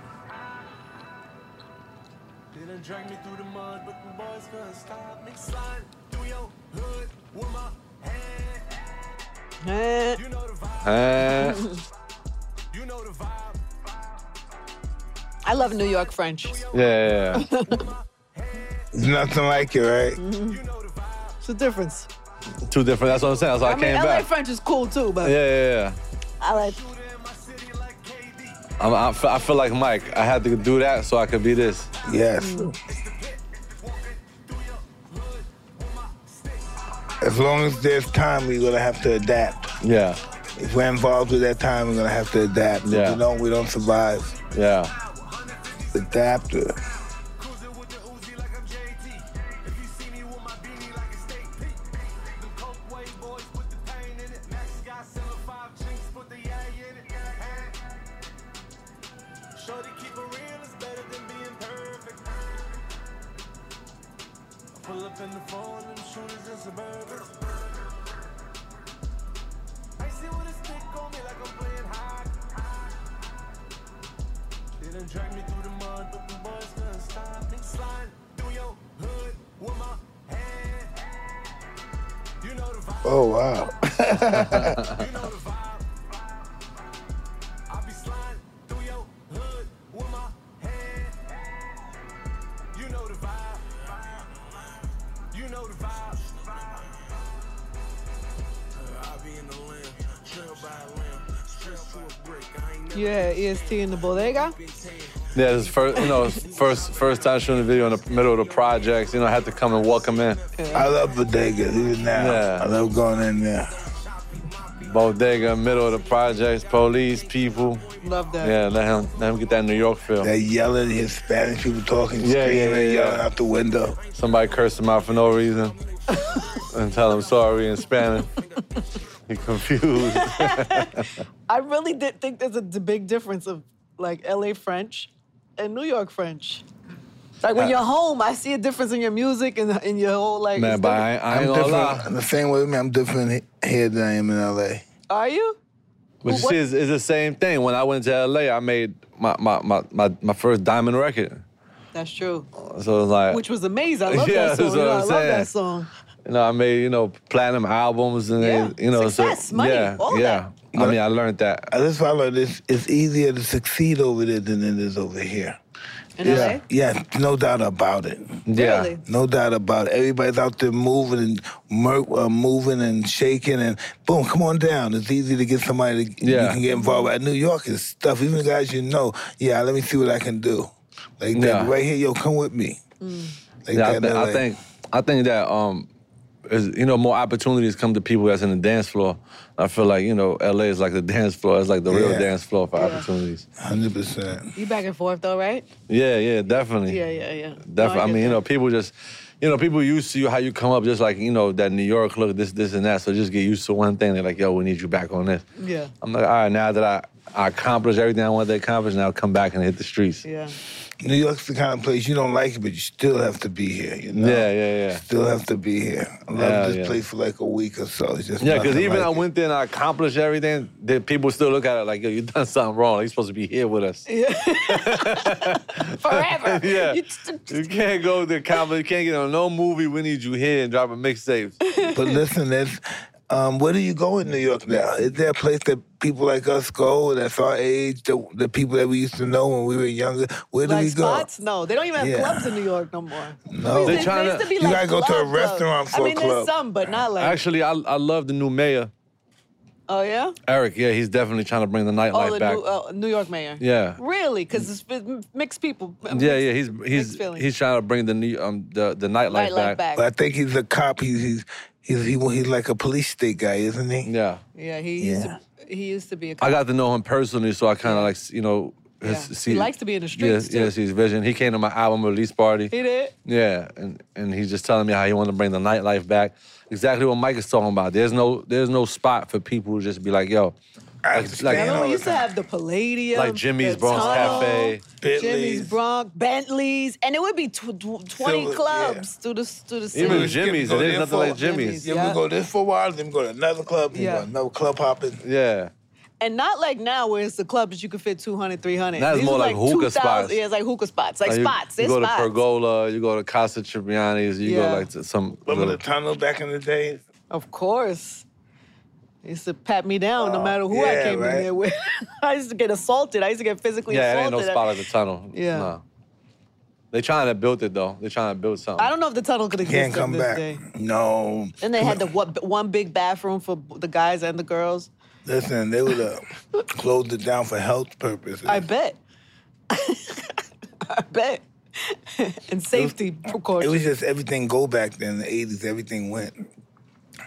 B: Eh,
A: Eh,
B: (laughs) I love New York French.
A: yeah, yeah, yeah.
C: It's nothing like it,
B: Mm-hmm.
C: right?
B: It's a difference.
A: Two different. That's what I'm saying. That's why I,
B: I, mean,
A: came
B: LA
A: back.
B: French is cool too, but
A: Yeah, yeah, yeah.
B: I like.
A: I'm, I, feel, I feel like Mike. I had to do that so I could be this.
C: Yes.
B: Mm-hmm.
C: As long as there's time, we're gonna have to adapt.
A: Yeah,
C: If we're involved with that time, we're gonna have to adapt.
A: Yeah.
C: If we don't, we don't survive.
A: yeah.
C: Adapt.
H: Spend the phone and shooters in suburban. Icy with a stick on me like I'm playing hide. They done dragged me through the mud, but the boys couldn't stop me. Sliding through your hood with my hand. You know the vibe.
C: Oh wow.
H: You know the vibe. I be sliding through your hood with my hand. You know the vibe. You know the vibe. I be in the limb, trail by limb, stress to a brick. I ain't never
B: Yeah, EST in the bodega.
H: been tame.
A: Yeah, this is first, you know, first first time shooting a video in the middle of the projects. You know, I had to come and walk him in.
C: I love bodegas even now.
A: Yeah.
C: I love going in there.
A: Bodega, middle of the projects, police, people.
B: Love that.
A: Yeah, let him let him get that New York feel.
C: That yelling, Hispanic people talking,
A: Yeah, yeah,
C: screaming,
A: yeah, yeah.
C: yelling out the window.
A: Somebody cursed him out for no (laughs) reason and tell him sorry in Spanish. He confused.
B: I really did think there's a d- big difference of like LA French and New York French. Like
C: Uh,
B: when you're home, I see a difference in your music and in your whole like.
A: (laughs) Man,
B: it's
A: but I, ain't-
B: different.
A: I
C: I'm
A: ain't gonna
C: different.
A: lie.
C: The same way, man, I'm different he- here than I am in LA.
B: Are you?
A: But you
B: What-
A: see, it's, it's the same thing. When I went to LA, I made my my my my, my first diamond record.
B: That's true.
A: So it's like
B: Which was amazing. I love
A: Yeah,
B: that song.
A: that's
B: You
A: what
B: know, I
A: I'm
B: love
A: saying.
B: that song.
A: you know, I made you know platinum albums and
B: Yeah.
A: then, you know
B: Success,
A: so
B: money,
A: yeah
B: all
A: yeah. I mean, I learned that.
C: I just follow this. It's easier to succeed over there than it is over here.
B: In LA?
C: Yeah, no doubt about it.
A: Yeah.
B: Really?
C: No doubt about it. Everybody's out there moving and mer- uh, moving and shaking and boom, come on down. It's easy to get somebody to, you
A: Yeah.
C: can get involved with. At New York is stuff. Even guys you know, yeah, let me see what I can do. Like that
A: Yeah.
C: right here, yo, come with me. Like
A: Yeah, I,
C: that,
A: thi- I
C: LA.
A: think I think that um, is, you know, more opportunities come to people that's in the dance floor. I feel like you know, LA is like the (laughs) dance floor. It's like the real
C: Yeah.
A: dance floor for opportunities.
C: 100%.
B: You back and forth though, right?
A: Yeah, yeah, definitely.
B: Yeah, yeah, yeah. No,
A: Definitely. I,
B: get
A: mean, you
B: that.
A: know, people just, you know, people used to you how you come up, just like you know that New York look, this, this, and that. So just get used to one thing. They're like, yo, we need you back on this.
B: Yeah.
A: I'm like, all right, now that I, I accomplished everything I wanted to accomplish, now come back and hit the streets.
B: Yeah.
C: (laughs) New York's the kind of place you don't like it, but you still have to be here. You know?
A: Yeah, yeah, yeah.
C: Still have to be here. I love
A: Hell
C: this
A: yeah.
C: place for like a week or so. It's just
A: Yeah, because
C: nothing
A: even
C: like
A: I
C: it.
A: went there and I accomplished everything, then people still look at it like, yo, you done something wrong. You're supposed to be here with us.
F: Forever.
A: Yeah.
F: You just-
A: You can't go to accomplish, you can't get on no movie. We need you here and dropping
B: (laughs)
A: mixtapes.
C: But listen, there's, um, where do you go in New York now? Is there a place that people like us go that's our age, the, the people that we used to know when we were younger? Where do
B: Like
C: we go?
B: spots? No, they don't even have
C: Yeah.
B: clubs in New York no more.
C: No.
A: They
B: There-
A: tryna-
B: there used to be,
C: You
B: like,
C: gotta go to a
B: club, club.
C: restaurant for
B: I
C: a
B: mean,
C: club.
B: there's some, but not like.
A: Actually, I, I love the new mayor,
B: oh yeah.
A: Eric. Yeah, he's definitely trying to bring the nightlife
B: Oh, the
A: back.
B: new, uh, New York mayor.
A: Yeah.
B: Really? Because it's m- mixed people. m-
A: yeah,
B: mixed-
A: yeah, he's he's
B: feelings.
A: he's trying to bring the new um the the nightlife,
B: Nightlife back.
C: But I think he's a cop. He's he's he's, he, he's like a police state guy, isn't he?
A: Yeah,
B: Yeah, he used to. He used to be a.
A: I got to know him personally, so I kind of like you know his,
B: Yeah. He likes to be in the streets,
A: Yes,
B: too.
A: yes, his vision. He came to my album release party.
B: he did.
A: Yeah, and and he's just telling me how he wanted to bring the nightlife back. Exactly what Mike is talking about. There's no there's no spot for people to just be like, yo,
C: I
A: Like- like-
C: understand
A: Yeah,
B: Remember
C: all
B: we
C: the
B: used to
C: time.
B: have the Palladium,
A: Like Jimmy's
B: the
A: Bronx
B: Tunnel,
A: Cafe.
C: Bentley's.
B: Jimmy's Bronx, Bentleys, and it would be tw- tw- twenty
C: Silver,
B: clubs to the to the
A: even
B: city.
A: Jimmy's.
C: go
A: There's
C: there
A: nothing
C: for-
A: like Jimmy's.
B: Jimmy's.
C: Yeah,
B: Yeah.
C: we go this for a while, then we go to another club, then
B: Yeah.
C: we go to another club hopping.
A: Yeah.
B: and not like now where it's the club that you can fit 200, 300.
A: That's
B: These
A: more
B: was
A: like hookah
B: 2,000
A: spots.
B: Yeah, it's like hookah spots, like
A: Like, you-
B: spots.
A: You,
B: it's
A: go
B: spots.
A: to Pergola, you go to Casa Cipriani's, you
B: Yeah.
A: go like to some.
C: Remember
A: little-
C: the tunnel back in the days?
B: Of course. They used to pat me down no
C: Oh,
B: matter who I
C: yeah,
B: came in
C: right.
B: there with. (laughs) I used to get assaulted. I used to get physically
A: yeah, it ain't
B: assaulted.
A: no spot like the tunnel.
B: Yeah.
A: No. They trying to build it though. They trying to build something.
B: I don't know if the tunnel could exist
C: Can't
B: on
C: come
B: this
C: back.
B: day.
C: No.
B: And they had the what, one big bathroom for b- the guys and the girls.
C: Listen, they would have closed it down for health purposes.
B: I bet. (laughs) I bet. (laughs) and safety
C: It
B: precautions.
C: was just everything go back then. In the 80s, everything went.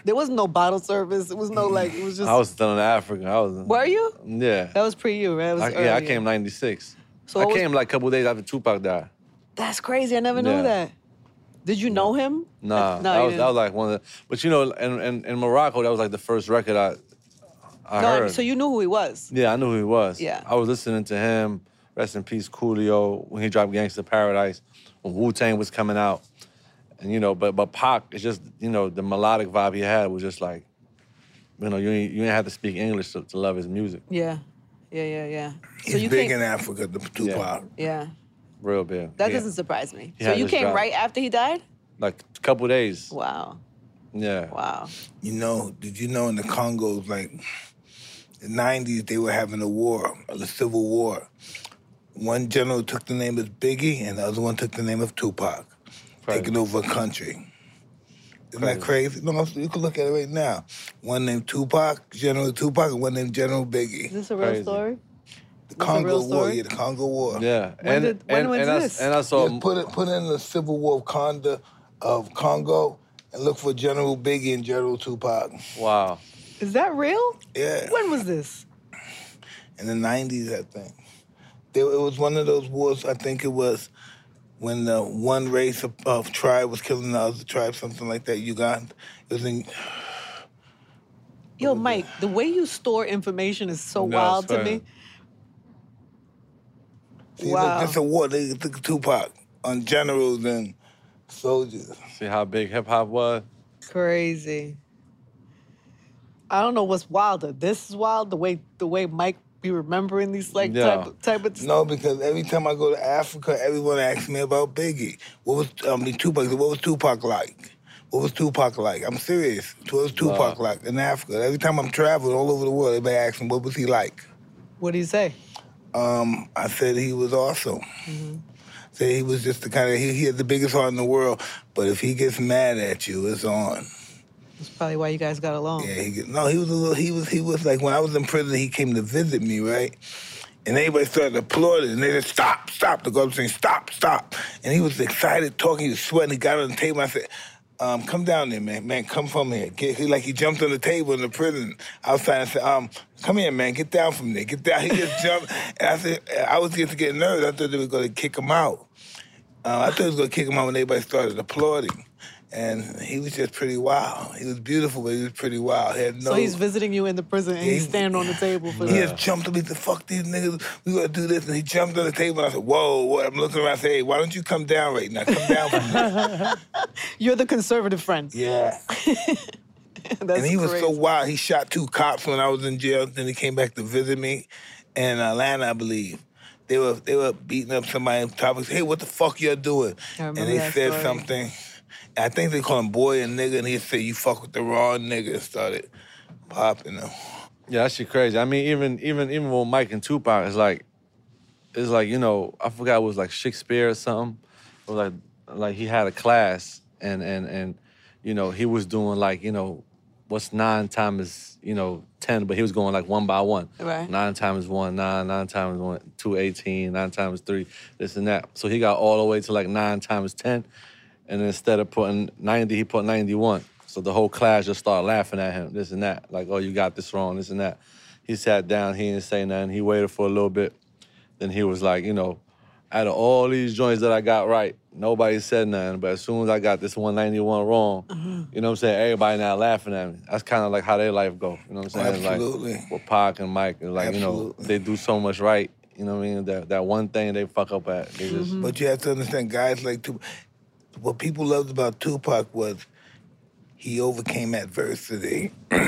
B: there was no bottle service. It was
A: (laughs)
B: no like. It was just.
A: I was still in Africa. I was.
B: were you?
A: Yeah.
B: That was pre you, right? It was
A: I, yeah, I
B: earlier.
A: came '96.
B: So
A: I
B: what was-
A: came like a couple days after Tupac died.
B: That's crazy. I never
A: Yeah.
B: knew that. Did you know him?
A: Nah,
B: No,
A: that
B: you
A: was that
B: didn't.
A: was like one of the. But you know, in, in, in Morocco, that was like the first record I I
B: no, I mean,
A: heard.
B: so you knew who he was.
A: Yeah, I knew who he was.
B: Yeah.
A: I was listening to him, rest in peace, Coolio, when he dropped Gangsta Paradise, when Wu Tang was coming out. And you know, but but Pac, it's just you know the melodic vibe he had was just like, you know, you ain't, you ain't have to speak English to, to love his music,
B: Yeah. Yeah, yeah, yeah. So
C: He's
B: you
C: big
B: came,
C: in Africa, the Tupac.
B: yeah.
A: real big.
B: That
A: Yeah.
B: doesn't surprise me.
A: He
B: so
A: had
B: you
A: this
B: came
A: drive.
B: right after he died?
A: like a couple days.
B: Wow.
A: Yeah.
B: Wow.
C: You know, did you know in the Congos, like the '90s, they were having a war, the civil war. One general took the name of Biggie, and the other one took the name of Tupac,
A: Crazy.
C: taking over a country. Isn't that crazy? No, you can look at it right now. One named Tupac, General Tupac, and one named General
B: Is
C: Biggie.
B: this a real
A: Crazy.
B: story?
C: The
B: a real
C: Congo War,
B: story?
C: yeah, the Congo War.
A: Yeah.
B: When
A: and
B: did- when
A: and,
B: was
A: and, I,
B: this?
A: and I saw
C: Just put it put in the Civil War of Conda of Congo and look for General Biggie and General Tupac.
A: wow.
B: Is that real?
C: Yeah,
B: When was this?
C: in the '90s, I think. There, it was one of those wars. I think it was when the one race of, of tribe was killing the other tribe, something like that. Uganda. It was in.
B: Yo, Mike, the way you store information is so
A: No,
B: wild to
A: sorry.
B: me.
C: See,
B: Wow.
C: look, that's a war. They took Tupac on generals and soldiers.
A: See how big hip hop was.
B: Crazy. I don't know what's wilder. This is wild. The way the way Mike be remembering these like
A: Yeah.
B: type type of
C: No, because every time I go to Africa, everyone asks me about Biggie. What was I mean Tupac? What was Tupac like? What was Tupac like? I'm serious. What was Tupac
A: Wow.
C: like in Africa? Every time I'm traveling all over the world, everybody asks me, what was he like?
B: What do you say?
C: Um, I said he was awesome. Said he was just the kind of he, he had the biggest heart in the world. But if he gets mad at you, it's on.
B: That's probably why you guys got along.
C: Yeah, he, get- no, he was a little. He was. He was like when I was in prison. He came to visit me, right? And everybody started applauding, and they said, "Stop, stop!" The guard was saying, "Stop, stop!" And he was excited, talking. He was sweating. He got on the table. I said, um, "Come down there, man. Man, come from here." Get, he, like he jumped on the table in the prison outside. I said, um, "Come here, man. Get down from there. Get down." (laughs) He just jumped. And I said, "I was just getting nervous. I thought they were going to kick him out." Uh, I thought he was gonna kick him out when everybody started applauding, and he was just pretty wild. He was beautiful, but he was pretty wild. He had no.
B: So he's visiting you in the prison and
C: Yeah,
B: he's
C: he-
B: standing on the table for
C: he
B: the
C: just jumped up. He said, "Fuck these niggas, we gonna do this." And he jumped on the table. And I said, "Whoa!" whoa." I'm looking around. I said, "Hey, why don't you come down right now? Come down from there."
B: You're the conservative friend.
C: yeah.
B: That's
C: and he was so
B: crazy.
C: wild. He shot two cops when I was in jail. Then he came back to visit me in Atlanta, I believe. They were they were beating up somebody. Topics. Hey, what the fuck you're doing?
B: I
C: And
B: remember
C: they
B: that
C: said
B: story.
C: something. I think they call him boy and nigga, and he said you fuck with the wrong nigga. And started popping him.
A: Yeah, that shit crazy. I mean, even even even with Mike and Tupac, it's like, it's like you know, I forgot it was like Shakespeare or something. It was like like he had a class and and and you know he was doing like you know what's nine times you know ten, but he was going like one by one.
B: Right.
A: Nine times one, nine. Nine times one, two eighteen. Nine times three, this and that. So he got all the way to like nine times ten, and instead of putting 90, he put 91. So the whole class just started laughing at him, this and that. Like, oh, you got this wrong, this and that. He sat down, he didn't say nothing. He waited for a little bit. Then he was like, you know, out of all these joints that I got right, nobody said nothing. But as soon as I got this 191 wrong,
C: Mm-hmm.
A: you know what I'm saying? Everybody now laughing at me. That's kind of like how their life go. You know what I'm saying? It's
C: Absolutely.
A: Like with Pac and Mike, it's like, you know,
C: Absolutely.
A: they do so much right. You know what I mean? That that one thing they fuck up at. They just
C: But you have to understand, guys like Tupac. What people loved about Tupac was he overcame adversity. (clears throat)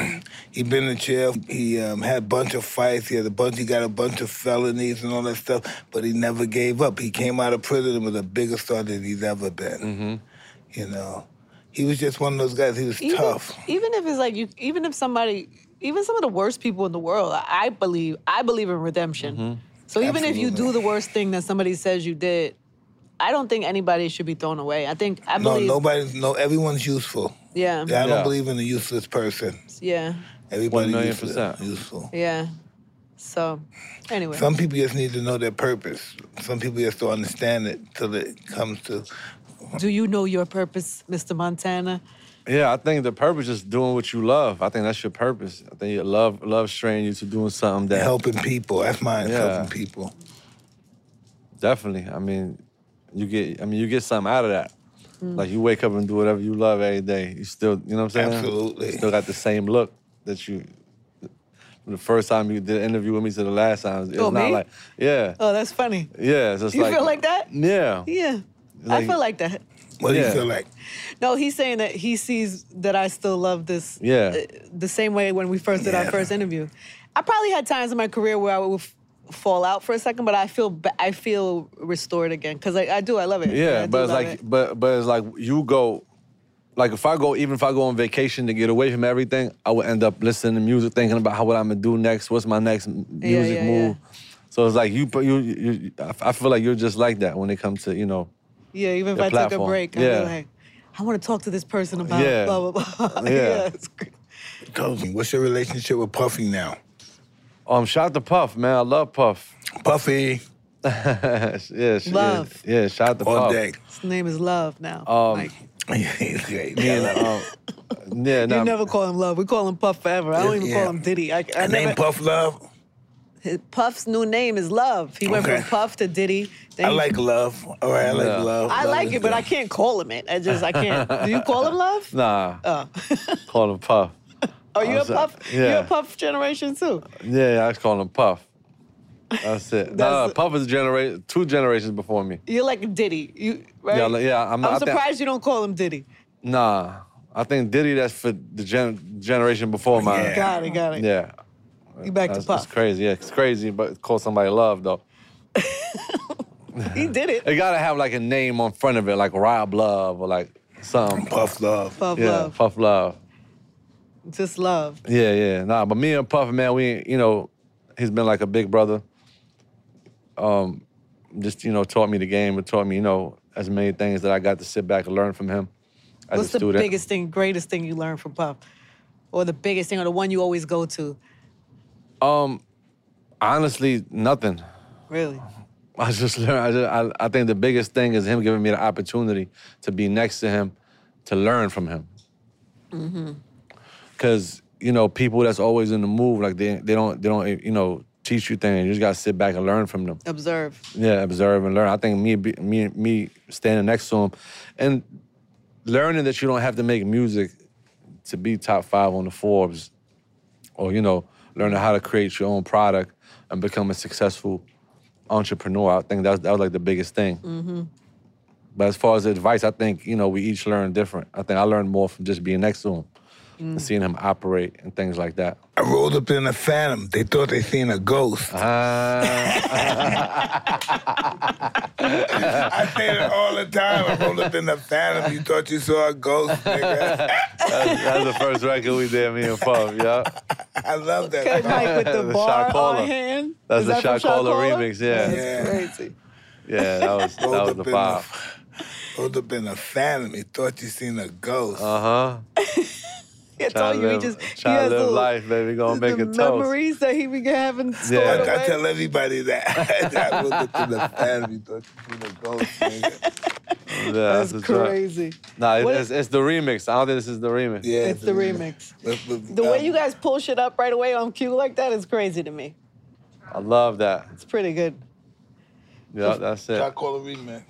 C: He'd been in jail. He um, had a bunch of fights. He had a bunch. He got a bunch of felonies and all that stuff. But he never gave up. He came out of prison and was a bigger star than he's ever been.
A: Mm-hmm.
C: You know, he was just one of those guys. He was
B: even,
C: tough.
B: Even if it's like you, even if somebody, even some of the worst people in the world, I- I believe, I believe in redemption. So even if you do
C: Mm-hmm. Absolutely.
B: the worst thing that somebody says you did, I don't think anybody should be thrown away. I think I
C: No,
B: believe,
C: nobody's no. Everyone's useful.
B: yeah,
C: I
B: yeah,
C: don't
A: Yeah.
C: believe in a useless person.
B: yeah,
C: Everybody's
A: million
C: useless-
A: percent.
C: useful.
B: So anyway,
C: Some people just need to know their purpose. Some people just don't understand it till it comes to.
B: do you know your purpose, Mr. Montana?
A: Yeah, I think the purpose is doing what you love. I think that's your purpose. I think your love love straying you to doing something that
C: Helping people. That's mine.
A: Yeah.
C: Helping people.
A: definitely. I mean, you get I mean you get something out of that.
B: Mm.
A: Like you wake up and do whatever you love every day. You still, you know what I'm saying?
C: Absolutely.
A: You still got the same look that you from the first time you did an interview with me to the last time. It's
B: Oh,
A: not
B: me?
A: like yeah.
B: Oh, that's funny.
A: Yeah. It's just
B: You
A: like
B: feel like that?
A: Yeah.
B: Yeah, I feel like that.
C: What do you
A: Yeah.
C: feel like?
B: No, he's saying that he sees that I still love this.
A: Yeah.
B: uh, the same way when we first did our
C: Yeah.
B: first interview. I probably had times in my career where I would f- fall out for a second, but I feel ba- I feel restored again because I, I do. I love it.
A: Yeah,
B: I do
A: but it's
B: love
A: like,
B: it.
A: but but it's like you go, like if I go, even if I go on vacation to get away from everything, I would end up listening to music, thinking about how what I'm gonna do next, what's my next m-
B: Yeah,
A: music
B: yeah,
A: move. So it's like you, put- you, you, you- I f- I feel like you're just like that when it comes to you know.
B: yeah, even if
A: the
B: I took a
A: platform.
B: break,
A: Yeah.
B: I'd be like, I want to talk to this person about
A: Yeah.
B: blah blah (laughs) blah.
A: Yeah.
B: it's cr-
C: Cozy, what's your relationship with Puffy now?
A: Um, shout out to Puff, man. I love Puff. (laughs)
C: Puffy
A: yeah, sh- yeah,
B: Love.
A: Yeah, shout out to
C: all
A: Puff.
C: day. (laughs)
B: his name is Love now.
A: Um,
B: Like,
C: He's
A: (laughs)
C: great.
A: Me and, um, yeah,
B: you
A: nah,
B: never call him Love. We call him Puff forever. I don't even
C: Yeah.
B: call him Diddy. I, I
C: Her
B: never,
C: name Puff Love.
B: his- Puff's new name is Love. He went
C: Okay.
B: from Puff to Diddy. Then
C: I
B: he-
C: like love. All right, I like
A: Yeah.
C: love.
B: I
C: Love
B: like
C: is
B: it, but
C: good.
B: I can't call him it. I just I
A: (laughs)
B: can't. Do you call him Love?
A: nah.
B: Oh. (laughs)
A: Call him Puff.
B: Are you
A: I
B: a
A: was, uh,
B: puff? You're
A: yeah.
B: a puff generation too.
A: Yeah, I just call him Puff. That's it.
B: That's-
A: nah, Puff is genera- two generations before me.
B: You're like Diddy. You right?
A: Yeah, like- yeah, I'm-
B: I'm
A: I think-
B: surprised you don't call him Diddy.
A: Nah, I think Diddy. That's for the gen- generation before mine.
C: Yeah.
B: Got it, got it.
A: Yeah,
B: You back
A: that's,
B: to
A: that's
B: puff.
A: crazy. Yeah, it's crazy, but call somebody love though.
B: He did it.
A: They gotta have like a name on front of it, like Rob Love or like something.
C: Puff Love.
B: Puff
A: yeah,
B: love,
A: Puff Love.
B: just love.
A: Yeah, yeah. Nah, but me and Puff, man, we ain't- you know, he's been like a big brother. Um, just you know, taught me the game and taught me you know as many things that I got to sit back and learn from him as
B: What's
A: a
B: the
A: student.
B: biggest thing, greatest thing you learned from Puff, or the biggest thing, or the one you always go to?
A: Honestly, nothing.
B: Really?
A: I just learned. I, just, I, I think the biggest thing is him giving me the opportunity to be next to him, to learn from him. Because you know, people that's always in the move, like they they don't they don't you know teach you things. You just gotta sit back and learn from them. (laughs)
B: Observe.
A: Yeah, observe and learn. I think me be- me me standing next to him, and learning that you don't have to make music to be top five on the Forbes, or you know, learning how to create your own product and become a successful entrepreneur. I think that was, that was like the biggest thing.
B: Mm-hmm.
A: But as far as advice, I think you know we each learn different. I think I learned more from just being next to him
B: Mm.
A: and seeing him operate and things like that.
C: I rolled up in a phantom. They thought they seen a ghost. (laughs) I say that all the time. I rolled up in a phantom. You thought you saw a ghost, nigga. (laughs)
A: That's, that's the first record we did, me and Puff.
B: (laughs)
A: Yeah,
C: I love that.
B: Hey,
C: song.
B: Mike with the
A: The
B: bar
A: Shot-Caller.
B: on hand.
A: that's
B: Is
A: the
B: that from
A: shot caller
B: Shot-Caller?
A: remix. Yeah.
B: That's
C: Yeah.
B: crazy.
A: Yeah,
B: (laughs)
A: that was
B: Oh,
A: that
C: Rolled
A: was
C: up
A: the
C: in
A: vibe.
C: a- Rolled up in a phantom. You thought you seen a ghost.
A: Uh huh.
B: I
A: Try
B: told
A: to
B: you, he
A: live,
B: just he
A: try to
B: has
A: live
B: little-
A: life, baby. Gonna make
B: the
A: a toast.
B: memories that he began having stored
A: Yeah.
C: I, I
B: away.
C: tell everybody that. (laughs) I rolled up in a phantom. You thought you seen a ghost, nigga.
A: Yeah,
B: That's
A: the joint.
B: crazy.
A: Nah, it,
B: What-
A: it's, it's the remix. I don't think this is the remix.
C: Yeah, um,
B: It's the remix.
C: Let's- let's-
B: The way you guys pull shit up right away on cue like that is crazy to me.
A: I love that.
B: It's pretty good.
A: Yeah, that's
C: I
A: it.
C: call a remix.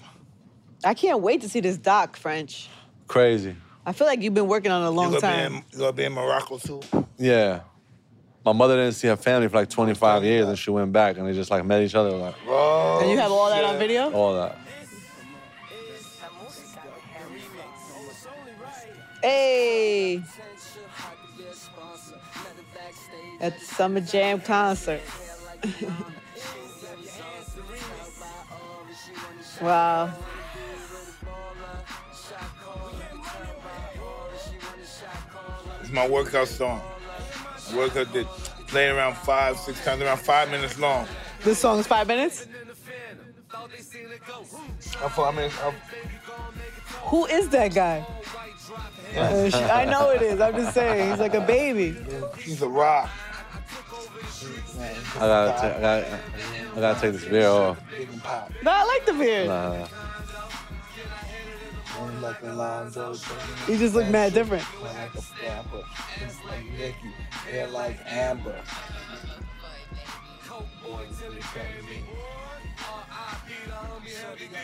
B: I can't wait to see this doc, French.
A: Crazy.
B: I feel like you've been working on it a
C: You
B: long
C: gonna, be in,
B: time.
C: you gonna be in Morocco too?
A: Yeah. My mother didn't see her family for like 25 years, and she went back, and they just like met each other, like
C: Oh,
B: And you have all that on video?
A: all that.
B: Hey! At the Summer Jam concert. (laughs) wow.
C: It's my workout song. Workout did play around five, six times, around five minutes long.
B: This song is five minutes?
C: How far? I mean, how,
B: Who is that guy? Uh, sh- I know it is. I'm just saying. He's like a baby.
C: he's a rock.
A: I gotta, ta- I gotta, I gotta take this beer off.
C: Big and pop.
B: No, I like the beard.
A: Nah,
C: Only like the lines of the-
B: You just look mad different.
C: like a flapper. It's like Nicky. Hair like Amber.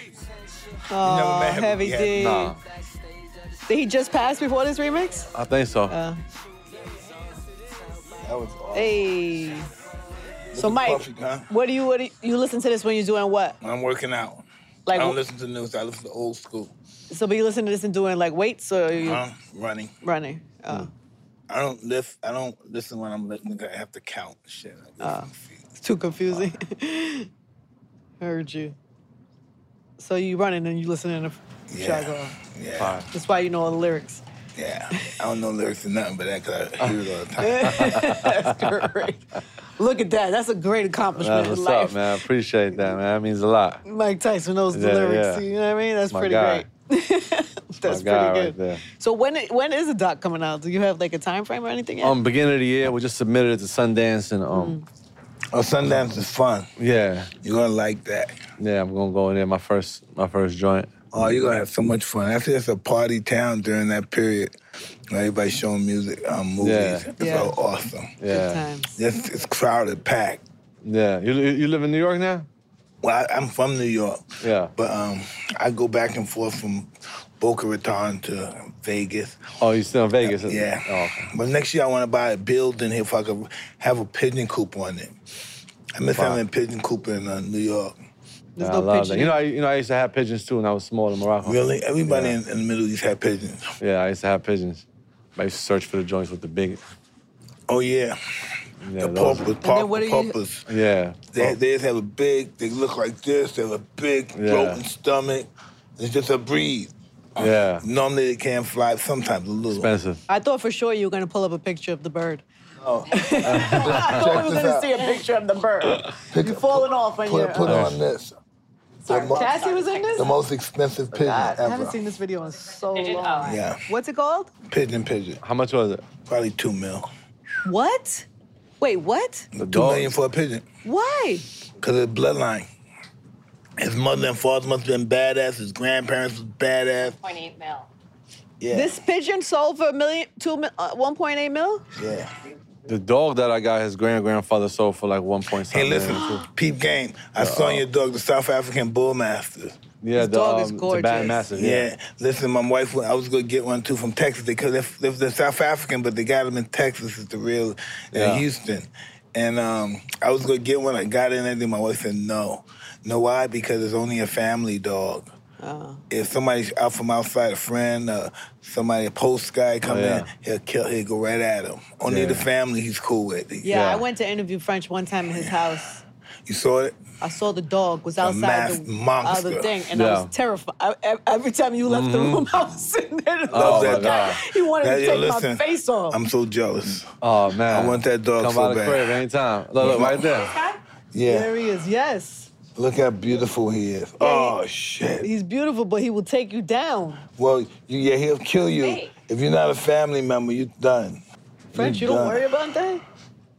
C: never
B: Oh,
C: met him
B: Heavy
C: yet.
B: D.
A: nah.
B: Did he just pass before this remix?
A: I think so.
B: Uh,
C: That was awesome.
B: hey. So Mike,
C: Puffy, huh?
B: what do you what do you, you listen to this when you're doing what?
C: I'm working out.
B: Like,
C: I don't listen to the news. I listen to old school.
B: so but you listen to this and doing like weights or you
A: Uh-huh.
C: I'm running.
B: running? Uh,
A: Mm.
C: I don't lift. I don't listen when I'm listening. I have to count shit. I listen
A: Ah.
C: to feet.
B: It's too confusing. (laughs) Heard you. So you running and you listening to
C: Yeah.
B: Chicago.
C: Yeah.
A: Fire.
B: That's why you know all the lyrics. (laughs)
C: Yeah. I don't know lyrics to nothing but that because
A: Ah.
C: I hear it all the time.
A: (laughs)
B: That's great. Look at that. That's a great accomplishment (laughs)
A: That's
B: in
A: Uh, what's
B: life.
A: up, man. Appreciate that, man. That means a lot.
B: Mike Tyson knows the
A: Yeah,
B: lyrics.
A: yeah.
B: You know what I mean? That's
A: My
B: pretty
A: guy.
B: great. (laughs) That's
A: guy
B: pretty
A: right
B: good.
A: there.
B: So when it- when is the doc coming out? Do you have like a time frame or anything yet?
A: Um, beginning of the year, we just submitted it to Sundance, and
B: Mm.
A: um,
C: oh, Sundance is fun.
A: yeah,
C: You're gonna like that.
A: yeah, I'm gonna go in there. My first, my first joint.
C: Oh, you're gonna have so much fun. That's just a party town during that period. Everybody's showing music, um, movies.
A: Yeah.
C: It's
B: Yeah.
C: so awesome.
B: Good
A: Yeah,
B: times.
C: It's, it's crowded, packed.
A: yeah. You you live in New York now?
C: Well, I, I'm from New York,
A: Yeah.
C: but um, I go back and forth from Boca Raton to Vegas.
A: Oh, you still in Vegas?
C: Yeah.
A: Oh, okay.
C: But next year I want to buy a building here if I could have a pigeon coop on it. I miss
A: Wow.
C: having a pigeon coop in uh, New York.
B: There's
A: I
B: no
A: love
B: picture.
A: that. You know, I, you know, I used to have pigeons too when I was small in Morocco.
C: Really? Everybody in, in the Middle East had pigeons.
A: Yeah, I used to have pigeons. I used to search for the joints with the big.
C: Oh, yeah.
A: Yeah,
C: the
A: those-
C: paupers.
B: then
C: Pauper,
B: what do you-
C: paupers.
A: yeah.
C: They, they just have a big, they look like this, they have a big
A: Yeah.
C: throat and stomach. It's just a breed.
A: yeah.
C: Normally they can fly, sometimes a little.
A: Expensive.
B: I thought for sure you were gonna pull up a picture of the bird.
F: I thought we were
C: this
F: gonna
C: out.
F: see a picture of the bird. You're falling off on
C: Put,
F: your.
C: put on this. The, mo-
B: Cassie was in this.
C: the most expensive pigeon
B: I haven't
C: ever.
B: seen this video in so
I: Pigeon, oh,
B: long.
C: Yeah,
B: What's it called?
C: pigeon, pigeon.
A: How much was it?
C: Probably two mil.
B: What? Wait, what?
C: Two million
A: dog.
C: for a pigeon.
B: Why?
C: Because of the bloodline. His mother and father must have been badass. His grandparents was badass.
I: 0.8 mil.
C: Yeah.
B: This pigeon sold for a million, two, mil- uh, 1.8 mil?
C: yeah.
A: The dog that I got, his grand grandfather sold for like one point
C: Hey,
A: something.
C: listen, peep game. I saw your dog, the South African Bullmaster.
A: Yeah,
B: His
A: the
B: dog is
A: um,
B: gorgeous.
A: Tibetan Massive.
C: Yeah.
A: Yeah.
C: Listen, my wife, I was going to get one too from Texas. They, cause they're, they're South African, but they got them in Texas. It's the real, in
A: Yeah.
C: Houston. And um, I was going to get one. I got it and everything. My wife said, no. Know why? Because it's only a family dog. If somebody's out from outside, a friend, uh, somebody, a post guy come
A: Oh, yeah.
C: in, he'll kill, he'll go right at him. Only
A: Yeah.
C: the family he's cool with.
B: Yeah,
A: Yeah.
B: I went to interview French one time in his house.
C: You saw it?
B: I saw the dog was outside
C: masked
B: the
C: monster.
B: other thing, and I
A: Yeah. Mm-hmm.
B: was terrified. I, I- every time you left the room, (laughs) I was sitting there.
A: Oh,
C: that
A: my God.
B: He wanted
C: Now,
B: to
C: yo,
B: take my
C: listen,
B: face off.
C: I'm so jealous.
A: Oh, man.
C: I want that dog
A: Come
C: so
A: out of the
C: bad.
A: crib anytime. Look, look, right there.
B: there he is. Yes,
C: Look how beautiful he is. Oh shit.
B: he's beautiful, but he will take you down.
C: Well, you, yeah, he'll kill you
I: Hey.
C: if you're not a family member. You're done.
B: French, you
C: You're
B: don't
C: done.
B: worry about that.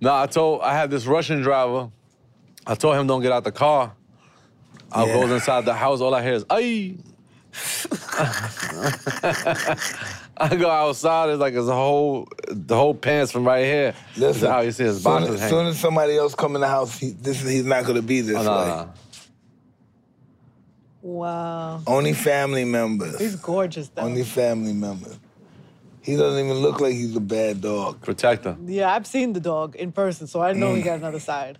A: No, I told, I had this Russian driver. I told him, don't get out the car. I
C: Yeah.
A: goes inside the house. All I hear is,
C: (laughs)
A: ay. I go outside. It's like his whole, the whole pants from right here. This is how you see his
C: soon,
A: boxes
C: as
A: hanging.
C: soon as somebody else come in the house, he, this is, he's not gonna be this
A: Oh,
C: way.
A: no, no.
B: Wow,
C: Only family members.
B: he's gorgeous though.
C: Only family members. He doesn't even look like he's a bad dog.
A: Protect him.
B: yeah, I've seen the dog in person, so I know he got another side.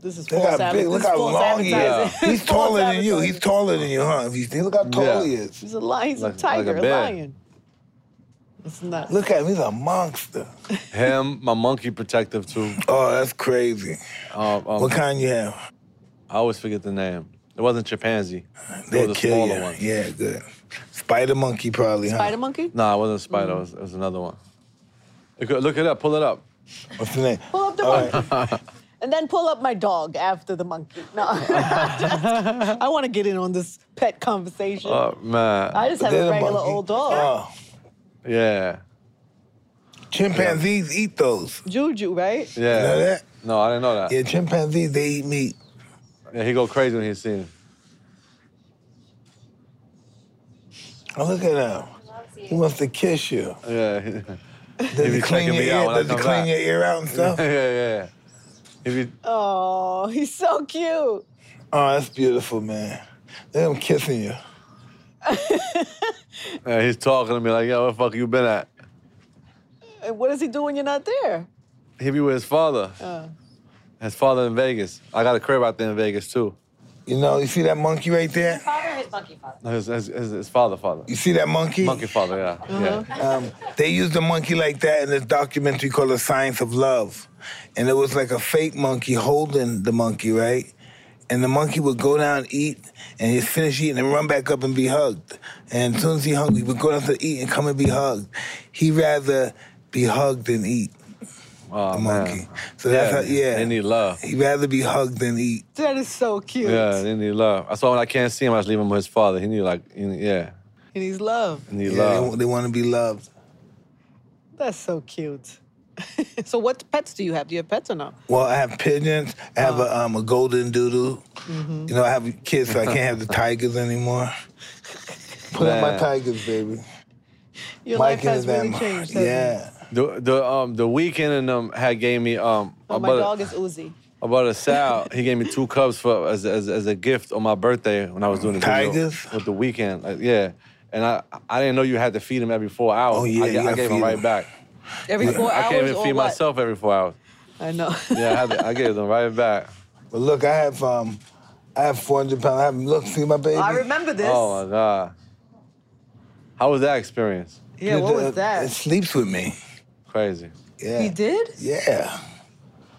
B: This is
C: Look
B: false
C: how Mm. big.
B: adver- this
C: Look
B: is
C: how
B: false
C: long he is.
B: advertising. (laughs)
C: He's
B: False
C: taller than you.
B: advertising.
C: He's taller than you, huh? If you see, look how tall
A: Yeah.
C: he is.
B: He's a lion. He's
A: Like-
B: a
A: like
B: tiger.
A: a
B: a,
A: bear.
B: lion. It's not.
C: Look at him. He's
B: (laughs)
C: a monster.
A: Him, my monkey protective too.
C: Oh, that's crazy.
A: Um, um,
C: What kind you have?
A: I always forget the name. It wasn't chimpanzee.
C: They'll
A: it was a
C: kill
A: smaller
C: you.
A: one.
C: Yeah, good. Spider monkey probably, huh?
B: Spider monkey.
A: No, it wasn't a spider.
C: Mm.
A: It, was, it was another one. It could- Look it up. Pull it up.
C: What's the name?
B: Pull up the
C: All
B: monkey. and then pull up my dog after the monkey. No. (laughs) I want to get in on this pet conversation.
A: Oh man.
B: I just have
C: Uh, They're
B: a
C: the
B: regular
C: monkey.
B: old dog.
C: Oh,
A: yeah.
C: chimpanzees eat those.
B: Juju, right?
A: Yeah.
C: You know that?
A: No, I didn't know that.
C: Yeah, chimpanzees they eat meat.
A: Yeah, he go crazy when he see him.
C: Oh, look at him. He wants to kiss you.
A: Yeah. (laughs)
C: Does he
A: be
C: clean
A: checking
C: your
A: me out
C: ear?
A: when I
C: Does he
A: come
C: clean
A: back.
C: your ear out and
A: yeah, (laughs)
C: stuff?
A: yeah. If you,
B: Oh, he's so cute.
C: Oh, that's beautiful, man. Look at him kissing you.
A: yeah, he's talking to me like, yo, where the fuck you been at?
B: And what does he do when you're not there?
C: Oh.
A: He be with his father. His father in Vegas. I got a crib out there in Vegas too.
C: You know, you see that monkey right there?
I: Father, his monkey father.
A: No, His, his, his, his father, father.
C: You see that monkey?
A: Monkey father, yeah. yeah.
C: Um, they used a monkey like that in this documentary called The Science of Love. And it was like a fake monkey holding the monkey, right? And the monkey would go down, eat, and he'd finish eating and run back up and be hugged. And as soon as he hungry, he would go down to eat and come and be hugged. He'd rather be hugged than eat,
A: Oh,
C: the
A: man.
C: monkey. So that's how, yeah.
A: They need love.
C: He'd rather be hugged than eat.
B: That is so cute.
A: Yeah, they need love. That's why when I can't see him, I just leave him with his father. He need like, he need- yeah,
B: And he's love.
A: he need
C: Yeah,
A: love.
C: they, want to be loved.
B: That's so cute. (laughs) so what pets do you have? Do you have pets or no?
C: Well, I have pigeons. I have a, um, a golden doodle. You know, I have kids, so I can't (laughs) have the tigers anymore. Put up my
A: Man.
C: tigers, baby.
B: Your life
C: and
B: has really
C: them.
B: changed. hasn't it?
C: Yeah.
A: The the um the weekend and um had gave me um
B: Oh,
A: I
B: my
A: bought a-
B: dog is Uzi.
A: I bought a sow. he gave me two cubs for as, as as a gift on my birthday when I was doing the video
C: Tigers?
A: with the weekend. Like, yeah, and I I didn't know you had to feed him every four hours.
C: Oh, yeah,
A: I,
C: you
A: ga- I
C: gotta
A: gave him
C: feed
A: right
C: him.
A: back.
B: Every four
A: I
B: hours
A: can't even
B: or
A: feed
B: what?
A: myself every four hours.
B: I know.
A: Yeah, I, had to, I gave them right back.
C: But look, I have um, I have 400 pounds. I have look, see my baby.
F: I remember this.
A: Oh my god, how was that experience?
B: yeah,
C: It,
B: what
C: uh,
B: was
C: It
B: that?
C: sleeps with me.
A: Crazy.
C: Yeah.
B: He did?
C: Yeah.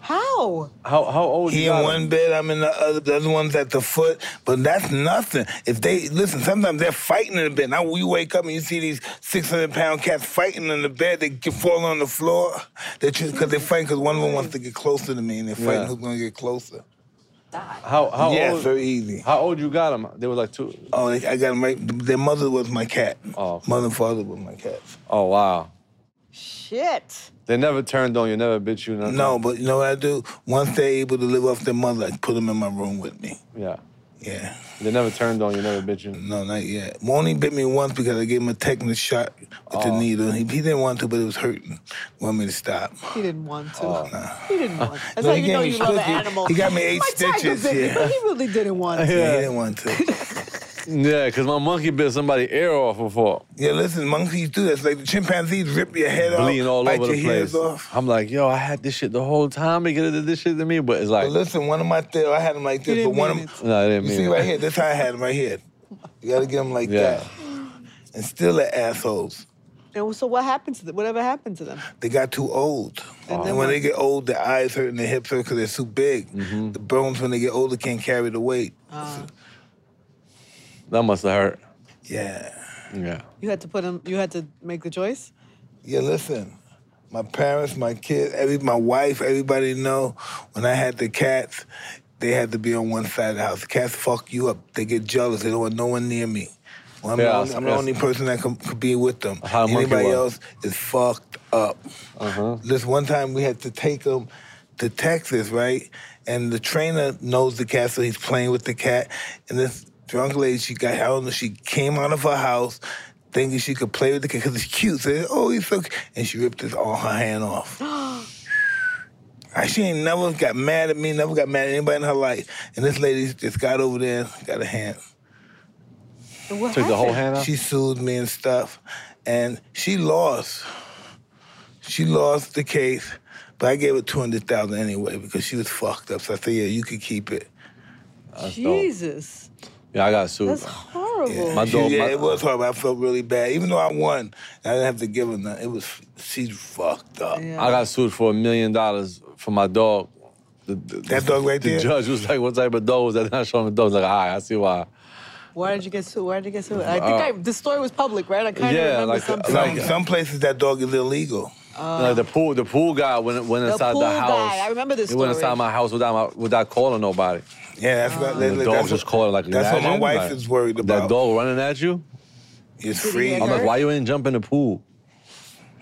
B: How?
A: How how old you
C: He in
A: got
C: one
A: him?
C: bed, I'm in the other. The other one's at the foot, but that's nothing. If they listen, sometimes they're fighting in the bed. Now we wake up and you see these 600 pound cats fighting in the bed. They can fall on the floor. They because they're fighting because one of them wants to get closer to me, and they're fighting
A: Yeah.
C: who's gonna get closer.
A: How how
C: yeah,
A: old?
C: it's very easy.
A: How old you got him? They were like two.
C: Oh, they, I got them right. Their mother was my cat.
A: Oh, okay.
C: Mother and father was my cats.
A: Oh wow.
B: Shit.
A: They never turned on you. Never bit you. Nothing.
C: No, but you know what I do? Once they're able to live off their mother, I put them in my room with me.
A: Yeah.
C: Yeah.
A: They never turned on you. Never bit you.
C: No, Oh, not yet. Moni bit me once because I gave him a tetanus shot with
A: Oh.
C: the needle. He, he didn't want to, but it was hurting. Want me to stop?
B: He didn't want to.
A: Oh.
B: (laughs) He didn't want to. That's
C: No,
B: how
C: he
B: you
C: gave
B: know
C: me
B: you love an
C: stitches.
B: animal.
C: He got me
B: (laughs)
C: eight
B: My tiger
C: stitches,
B: bit me,
C: yeah.
B: but He really didn't
A: (laughs)
B: want to.
C: Yeah, he didn't want to.
A: Yeah, because my monkey bit somebody ear off before,
C: yeah, listen, monkeys do this. Like the chimpanzees rip your head
A: bleeding
C: off,
A: all
C: bite
A: over
C: your
A: the
C: ears
A: place.
C: off.
A: I'm like, yo, I had this shit the whole time. They could have did this shit to me, but it's like,
C: But listen, one of my tail, I had him like this,
B: didn't
C: but one
B: mean
C: of
A: no, I didn't
C: you
A: mean
C: see
A: it.
C: right here, this how I had him right here. You gotta get him like
A: Yeah.
C: that. And still they're assholes.
B: And so what happened to them? Whatever happened to them?
C: they got too old.
B: And
C: And,
B: then what?
C: when they get old, their eyes hurt and their hips hurt because they're too big. The bones, when they get older, can't carry the weight.
A: That must have hurt.
C: Yeah.
A: Yeah.
B: You had to put him. You had to make the choice.
C: Yeah, listen. My parents, my kids, every my wife, everybody know when I had the cats, they had to be on one side of the house. The cats fuck you up. They get jealous. They don't want no one near me. Well, I'm,
A: Yeah,
C: the, only, I'm the
A: yes.
C: only person that can, could be with them.
A: How monkey
C: Anybody
A: was.
C: else is fucked up. This one time we had to take them to Texas, right? And the trainer knows the cat, so he's playing with the cat. And this drunk lady, she got, I don't know, she came out of her house thinking she could play with the cat because it's cute. So, oh, he's so cute. And she ripped his all her hand off. I- She ain't never got mad at me, never got mad at anybody in her life. And this lady just got over there, got a hand.
B: And what
A: Took the whole
B: happened?
A: hand out?
C: She sued me and stuff, and she lost. She lost the case, but I gave her two hundred thousand anyway because she was fucked up. So I said, "Yeah, you could keep it."
A: dope.
B: Jesus,
A: Yeah, I got sued.
B: that's horrible.
C: Yeah,
A: My
C: She-
A: dog-
C: yeah
A: my-
C: it was horrible. I felt really bad, even though I won. I didn't have to give her nothing. It was she's fucked up.
B: Yeah.
A: I got sued for a million dollars for my dog. The, the-
C: That dog right
A: the
C: there.
A: judge was like, what type of dog was that? (laughs) And I showed him the dog. He's like, all right, I see why.
B: Why did you get sued? Why did you get sued? I think I, this story was public, right? I kind of
A: Uh, Yeah,
B: remember
A: like,
B: something.
C: Some,
A: like-
C: some places that dog is illegal.
A: like the pool, the pool guy went, went
B: Uh. The
A: inside
B: pool guy.
A: house.
B: I remember this
A: He went
B: story.
A: inside my house without my, without calling nobody.
C: Yeah, that's what
A: And the dog
C: that's
A: was
C: what-
A: calling like.
C: That's what my
A: imagine,
C: wife
A: like,
C: is worried about.
A: That dog running at you.
C: It's
B: Did he
C: free.
B: get
A: I'm
B: hurt?
A: like, why you ain't jump in the pool?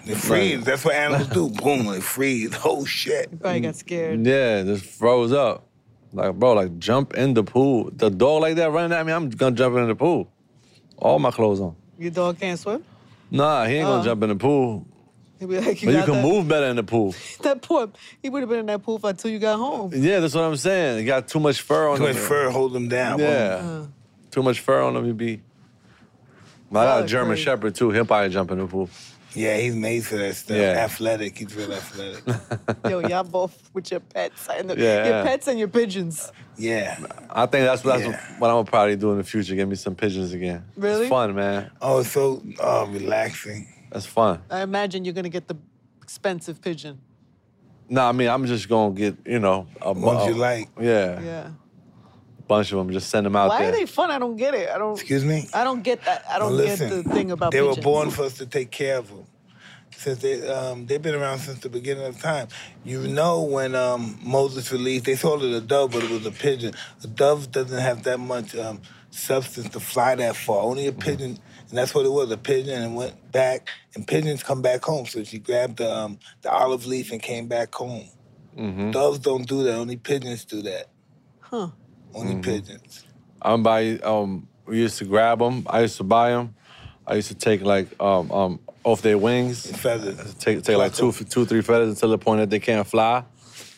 C: They freeze. That's what animals do. Boom, they freeze. (laughs) Oh shit.
B: You probably got scared.
A: Yeah, just froze up. Like, bro, like jump in the pool. The dog like that running at me, I'm gonna jump in the pool. All my clothes on.
B: Your dog can't swim.
A: Nah, he ain't
B: Oh.
A: gonna jump in the pool.
B: He'd be like, you,
A: But you
B: got
A: can
B: that,
A: move better in the pool.
B: (laughs) That poor. He would have been in that pool for until you got
A: (laughs)
B: home.
A: Yeah, that's what I'm saying. He got too much fur on
C: Too
A: him.
C: much fur hold them down.
A: Yeah. Too much fur on him, he be. But I
B: Y'all
A: got
B: are
A: a German
B: crazy.
A: Shepherd too. He'll probably jump in the pool.
C: Yeah, he's made for that stuff.
A: Yeah.
C: Athletic. He's real athletic.
B: Yo, y'all both with your pets and the,
A: Yeah,
B: your
A: yeah.
B: pets and your pigeons.
C: yeah.
A: I think that's, that's
C: Yeah.
A: what I'm gonna probably do in the future. Get me some pigeons again.
B: Really?
A: It's fun, man.
C: Oh, it's so oh, relaxing.
A: That's fun.
B: I imagine you're gonna get the expensive pigeon.
A: No, I mean I'm just gonna get you know a bu-
C: Ones you like.
A: Yeah,
B: Yeah.
A: bunch of them. Just send them out
B: Why
A: there.
B: are they fun? I don't get it. I don't.
C: Excuse me?
B: I don't get that. I don't
C: Well,
B: get the thing about
C: they
B: pigeons.
C: were born for us to take care of them. Since they um, they've been around since the beginning of time. You know when um, Moses released, they called it a dove, but it was a pigeon. A dove doesn't have that much um, substance to fly that far. Only a pigeon, and that's what it was. A pigeon and went back, and pigeons come back home. So she grabbed the um, the olive leaf and came back home. Doves don't do that. Only pigeons do that. Huh? Only pigeons.
A: I'm by um we used to grab them. I used to buy them. I used to take like um um off their wings,
C: Feathers.
A: take take like two two three feathers until the point that they can't fly.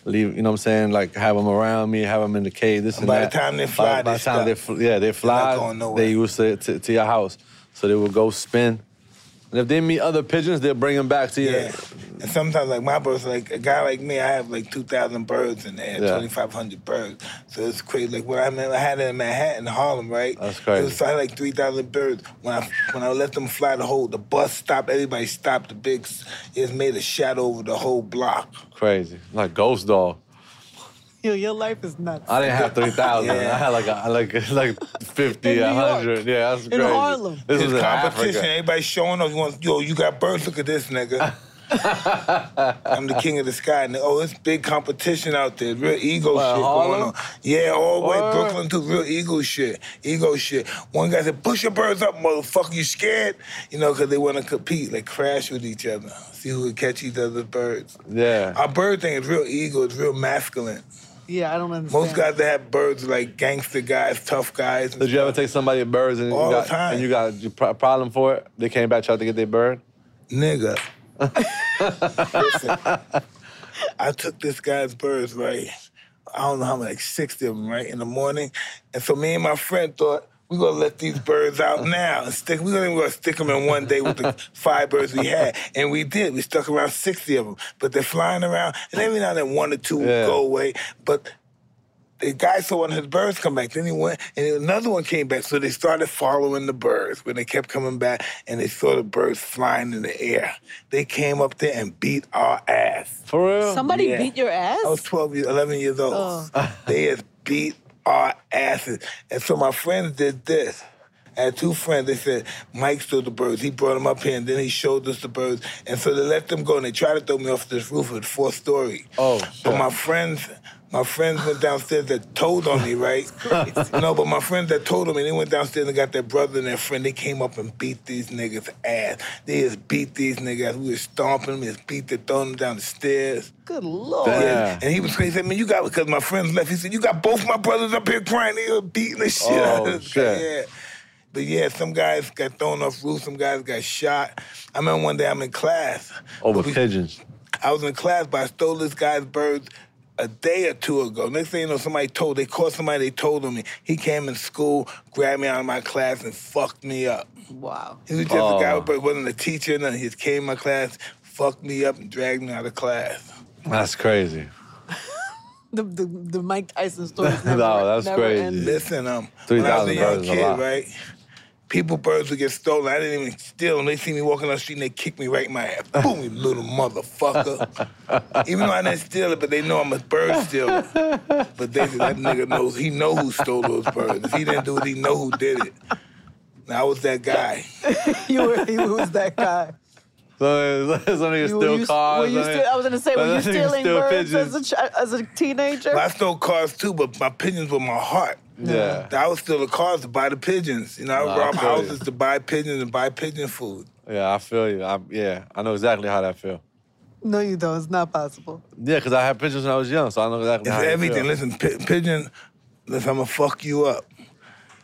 A: Leave, you know what I'm saying? Like have them around me, have them in the cave. This and
C: By the
A: that.
C: time they
A: By-
C: fly,
A: by,
C: they
A: the time they
C: stuck.
A: fl- yeah they fly,
C: going nowhere.
A: they used to, to to your house, so they would go spin. And if they meet other pigeons, they'll bring them back to you.
C: Yeah. And sometimes, like my birds, like a guy like me, I have like 2,000 birds in there,
A: Yeah.
C: 2,500 birds. So it's crazy. Like, what I remember, I had it in Manhattan, Harlem, right?
A: That's crazy.
C: It was, so I had like 3,000 birds. When I when I let them fly the whole, the bus stopped, everybody stopped, the big, s- it just made a shadow over the whole block.
A: Crazy, like ghost dog.
B: (laughs) Yo, your life is nuts.
A: I didn't have three thousand.
C: Yeah.
A: I had like a, like like
B: In
A: fifty,
B: New
A: a
B: York.
A: hundred. Yeah, that's crazy.
B: Harlem.
A: This was
C: It's
A: in
C: competition.
A: Africa.
C: Everybody showing up. wants- Yo, you got birds. Look at this
A: (laughs)
C: nigga. I'm the king of the sky. And, oh, it's big competition out there. Real ego
A: What,
C: shit
A: Harlem?
C: going on. Yeah, all the way
A: Word.
C: Brooklyn too. Real ego shit. Ego shit. One guy said, "Push your birds up, motherfucker. You scared? You know, because they want to compete. Like crash with each other. See who can catch each other's birds.
A: Yeah.
C: Our bird thing is real ego. It's real masculine.
B: Yeah, I don't understand.
C: Most guys that have birds are like gangster guys, tough guys. and
A: Did you ever
C: stuff.
A: take somebody birds and you
C: All the
A: got
C: time.
A: and you got a pro- problem for it? They came back tried to get their bird.
C: nigga. Listen, I took this guy's birds, right? I don't know how many, like 60 of them, right, in the morning. And so me and my friend thought, we're gonna let these birds out now and stick, we're gonna, we're gonna stick them in one day with the five birds we had. And we did. We stuck around 60 of them, but they're flying around. And every now and then one or two
A: Yeah.
C: go away. But the guy saw one of his birds come back. Then he went, and another one came back. So they started following the birds. When they kept coming back, and they saw the birds flying in the air, they came up there and beat our ass.
A: For real?
B: Somebody
C: Yeah.
B: beat your ass.
C: I was 12 years, 11 years old. They just beat our asses. And so my friends did this. I had two friends. They said, Mike stole the birds. He brought them up here, and then he showed us the birds. And so they let them go, and they tried to throw me off this roof. It was four story.
A: Oh,
C: But
A: shit.
C: my friends, my friends went downstairs that told on me, right? no, but my friends that told on me, they went downstairs and got their brother and their friend. They came up and beat these niggas' ass. They just beat these niggas. We were stomping them, just beat them, throwing them down the stairs.
B: Good lord.
A: Damn.
C: Oh, And he was crazy. He said, man, you got because my friends left. He said, you got both my brothers up here crying. They were beating the shit out
A: Oh,
C: of us. (laughs)
A: shit.
C: Yeah. But yeah, some guys got thrown off roofs. Some guys got shot. I remember one day I'm in class.
A: Over
C: But we-
A: pigeons.
C: I was in class, but I stole this guy's birds a day or two ago. Next thing you know, somebody told, they caught somebody, they told on me. He came in school, grabbed me out of my class, and fucked me up.
B: Wow.
C: He was just a
A: Oh.
C: guy, but wasn't a teacher, and he just came in my class, fucked me up, and dragged me out of class.
A: That's crazy.
B: The, the, the Mike Tyson story. is
A: No,
B: Never,
A: that's
B: never
A: crazy.
B: ending.
C: Listen, um,
A: Three
C: when I was a
A: thousand
C: young
A: birds is a
C: kid,
A: lot.
C: right? People birds would get stolen. I didn't even steal them. They see me walking on the street and they kick me right in my ass. Boom, you little motherfucker. even though I didn't steal it, but they know I'm a bird stealer. But they that nigga knows he know who stole those birds. If he didn't do it, he know who did it. Now I was that guy.
B: you were he was that guy.
A: So (laughs) some niggas
B: You,
A: steal
B: you,
A: cars.
B: Were you
A: some
B: still, I was gonna say, were you
A: niggas steal
B: stealing birds
A: pigeons.
B: as a, chi- as a teenager?
C: But I stole cars too, but my pigeons were my heart.
A: Yeah.
C: I was stealing cars to buy the pigeons. You know, I
A: Nah,
C: would
A: I
C: rob
A: feel you.
C: houses to buy pigeons and buy pigeon food.
A: Yeah, I feel you. I, yeah, I know exactly how that feel.
B: no, you don't. It's not possible.
A: Yeah, because I had pigeons when I was young, so I know exactly
C: It's
A: how
C: everything.
A: It
C: Listen, pi- pigeon. Listen, I'm gonna fuck you up.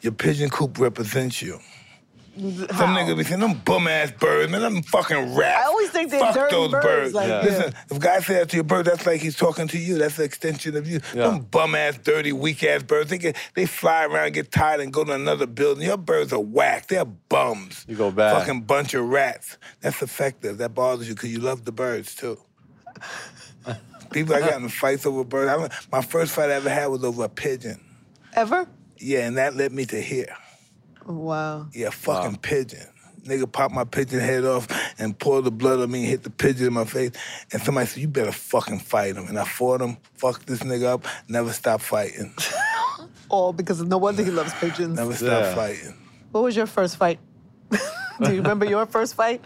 C: Your pigeon coop represents you. Some
B: How?
C: niggas be saying them bum ass birds, man. Them fucking rats.
B: I always think they're
C: Fuck
B: dirty
C: those
B: birds,
C: birds.
B: like, Yeah.
C: Listen, if God said that to your bird, that's like he's talking to you. That's an extension of you.
A: Yeah.
C: Them bum ass, dirty, weak ass birds. They get, they fly around, get tired, and go to another building. Your birds are whack. They're bums.
A: You go back.
C: Fucking bunch of rats. That's effective. That bothers you because you love the birds too. People I got in fights over birds. I, remember- my first fight I ever had was over a pigeon.
B: Ever?
C: Yeah, and that led me to here.
B: Wow.
C: Yeah, fucking pigeon. Nigga popped my pigeon head off and poured the blood on me and hit the pigeon in my face. And somebody said, You better fucking fight him. And I fought him, fucked this nigga up, never stopped fighting.
B: All because no wonder he loves
A: (laughs)
B: pigeons.
C: Never stopped
A: Yeah.
C: fighting.
B: What was your first fight? (laughs) Do you remember your
A: (laughs)
B: first fight?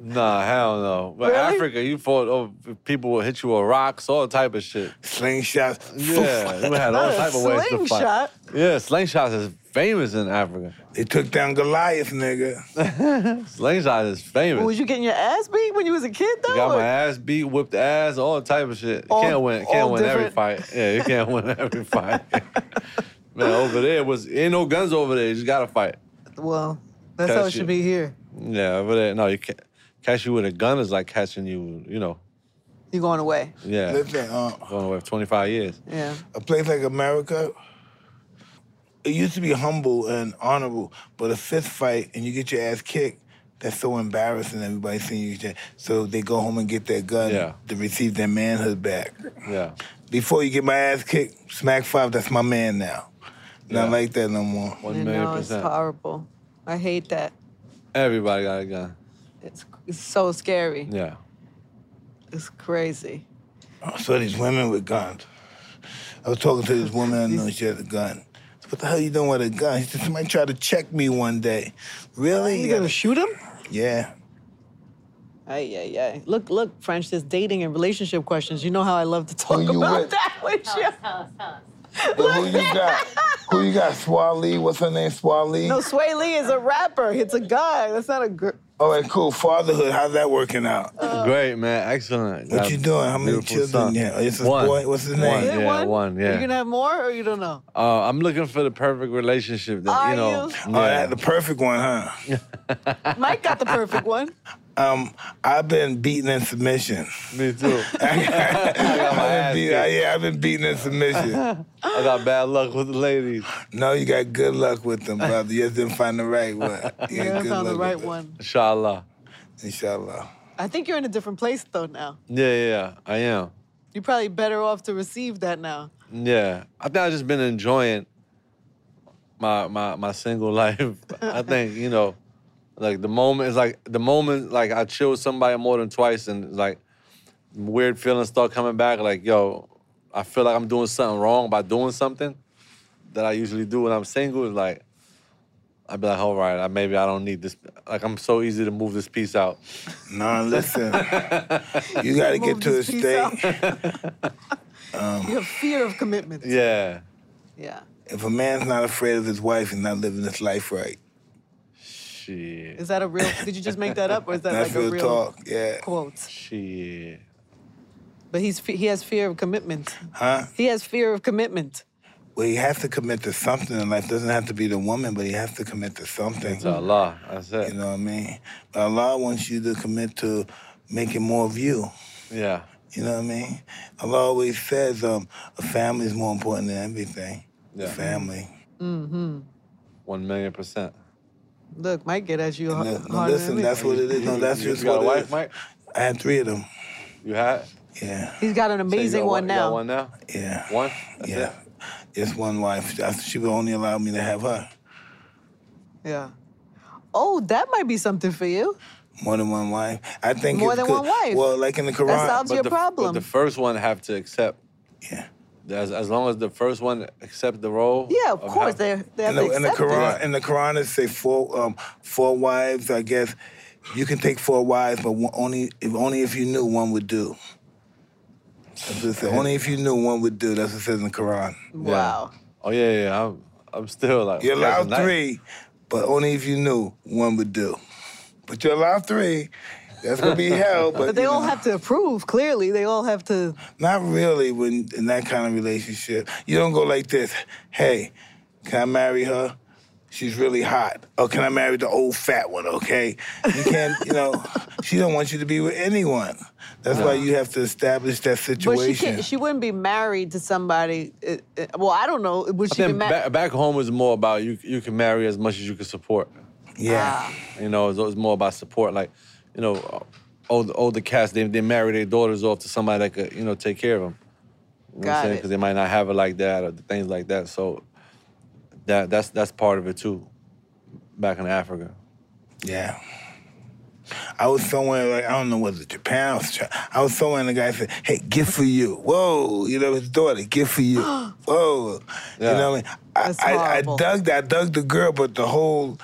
A: Nah, hell no. But
B: Really?
A: Africa, you fought over people will hit you with rocks, all type of shit.
C: Slingshots.
A: Yeah, we had all
B: Not a
A: type of ways to fight.
B: slingshot.
A: Yeah, slingshots is famous in Africa.
C: They took down Goliath, nigga.
A: Slingshot is famous.
B: Was you getting your ass beat when you was a kid though?
A: Got
B: or-
A: my ass beat, whipped ass, all type of shit. You
B: All-
A: can't win, can't
B: all
A: win every
B: different-
A: fight. Yeah, you can't (laughs) win every fight. Man, over there was ain't no guns over there. You just gotta fight.
B: (laughs) well, that's
A: Catch
B: how it
A: you.
B: should be here.
A: Yeah, over there, no, you can't. Catch you with a gun is like catching you, you know.
B: You're going away.
A: Yeah,
C: Listen, uh,
A: going away for 25 years.
B: Yeah.
C: a place like America, it used to be humble and honorable, but a fist fight and you get your ass kicked, that's so embarrassing. Everybody's seeing you. get- So they go home and get their gun
A: Yeah.
C: to receive their manhood back.
A: Yeah,
C: Before you get my ass kicked, smack five, that's my man now. Not
A: Yeah.
C: like that no more.
A: one
B: You
A: million
B: know, it's
A: percent.
B: horrible. I hate that.
A: Everybody got a gun.
B: It's, it's so scary.
A: Yeah.
B: It's crazy.
C: I saw these women with guns. I was talking to this woman, I know she had a gun. What the hell you doing with a gun? She said, somebody tried to check me one day. Really?
B: You
C: Yeah.
B: gonna shoot him?
C: yeah.
B: Ay, ay, ay. Look, look, French, there's dating and relationship questions. You know how I love to talk
C: you
B: about
C: with?
B: that with you. (laughs)
C: But who you got? Who you got? Swali? What's her name? Swali?
B: No, Sway Lee is a rapper. It's a guy. That's not a girl.
C: All right, cool. Fatherhood, how's that working out?
A: Great, man. Excellent.
C: What
A: Got
C: you doing? How many
A: beautiful
C: children
A: son.
C: you have? Oh, It's a
A: One.
C: boy? What's his name?
A: One. Yeah, one, yeah.
B: You're gonna have more, or you
A: (laughs)
B: don't know?
A: Uh, I'm looking for the perfect relationship that,
B: Are
A: you know.
B: you?
C: Oh, that's the perfect one, huh?
B: Mike got the perfect one.
C: Um, I've been beaten in submission.
A: Me
C: (laughs)
A: too.
C: I
A: got my ass kicked.
C: yeah, I've been beaten in
B: (laughs)
C: submission.
A: I got bad luck with the ladies.
C: No, you got good luck with them, brother. You just didn't find the right one. You
B: Yeah,
C: got
B: I
C: good
B: found the
C: luck
B: right
C: with it.
B: one.
A: Inshallah.
C: Inshallah.
B: I think you're in a different place though now.
A: Yeah, yeah, yeah, I am.
B: You're probably better off to receive that now.
A: Yeah, I think I've just been enjoying my my my single (laughs) life. I think you know, like the moment is like the moment like I chill with somebody more than twice, and like weird feelings start coming back. Like yo, I feel like I'm doing something wrong by doing something that I usually do when I'm single. It's like I'd be like, all right, I, maybe I don't need this. Like I'm so easy to move this piece out.
C: No,
B: (laughs)
C: listen. you got to
B: Move
C: get to a
B: this piece
C: state.
B: You have fear of commitment.
A: Yeah,
B: Yeah.
C: If a man's not afraid of his wife, he's not living his life right.
A: shit,
B: Is that a real? Did you just make that up, or is that
C: That's
B: like a
C: real,
B: real
C: talk. Yeah.
B: quote?
A: shit.
B: But he's fe- he has fear of commitment.
C: Huh?
B: He has fear of commitment.
C: Well, he has to commit to something in life. Doesn't have to be the woman, but he has to commit to something.
A: To Allah, that's
C: You
A: it.
C: know what I mean? But Allah wants you to commit to making more of you.
A: Yeah,
C: You know what I mean? Allah always says um, a family is more important than everything.
A: Yeah.
C: Family.
A: one million percent.
B: Look, Mike get at you.
C: No,
B: har-
C: no,
B: harder than
C: listen, that's
B: me.
C: what it is. No, that's
A: you,
C: just
A: you got
C: what
A: a
C: it
A: wife,
C: is.
A: Mike?
C: I had three of them.
A: You had?
C: Yeah,
B: He's got an
A: So you
B: amazing
A: got
B: one
A: you
B: now.
A: got one now?
C: yeah.
A: One? That's
C: yeah. Just one wife. I- She would only allow me to have her.
B: Yeah. Oh, that might be something for you.
C: More than one wife. I think
B: More
C: it's
B: than
C: good.
B: one wife.
C: Well, like in the Quran.
A: it.
B: sounds- What's your
A: the,
B: problem?
A: But the first one have to accept.
C: yeah.
A: As, as long as the first one accept the role.
B: Yeah, of
A: how-
B: course they they have
C: in
B: to
C: the, in the
B: accept
C: Quran,
B: it.
C: in the Quran, it say four um, four wives. I guess you can take four wives, but one, only if only if you knew one would do. That's what it said. Only if you knew one would do. That's what it says in the Quran.
A: Yeah.
B: Wow.
A: Oh yeah, yeah. yeah, I'm, I'm still like.
C: You're
A: you guys are
C: allowed
A: nice.
C: three, but only if you knew one would do. But you're allowed three. That's gonna be hell. But,
B: But they
C: you
B: all
C: know,
B: have to approve. Clearly, they all have to.
C: not really when in that kind of relationship. You don't go like this. Hey, can I marry her? She's really hot. Oh, can I marry the old fat one? Okay, you can't. you know, (laughs) she don't want you to be with anyone. That's why you have to establish that
B: But she
C: situation.
B: can't, she wouldn't be married to somebody. uh, uh, well, I don't know. Would
A: I
B: she be
A: think
B: married?
A: back, back home is more about you. You can marry as much as you can support.
B: uh, Ah,
C: yeah.
A: You know, it's, it's more about support. Like, you know, uh, older older cats they they marry their daughters off to somebody that could you know take care of them. You know what I'm
B: Got
A: saying?
B: it.
A: Because they might not have it like that or things like that. So that that's that's part of it too. Back in Africa.
C: Yeah. I was somewhere like I don't know was it Japan. I was, Chi- I was somewhere and the guy said, "Hey, gift for you." Whoa, you know his daughter, gift
B: (gasps)
C: for you. Whoa,
A: Yeah.
C: you know what I mean? I-
B: That's
C: I, I,
B: horrible.
C: dug that, I dug the girl, but the whole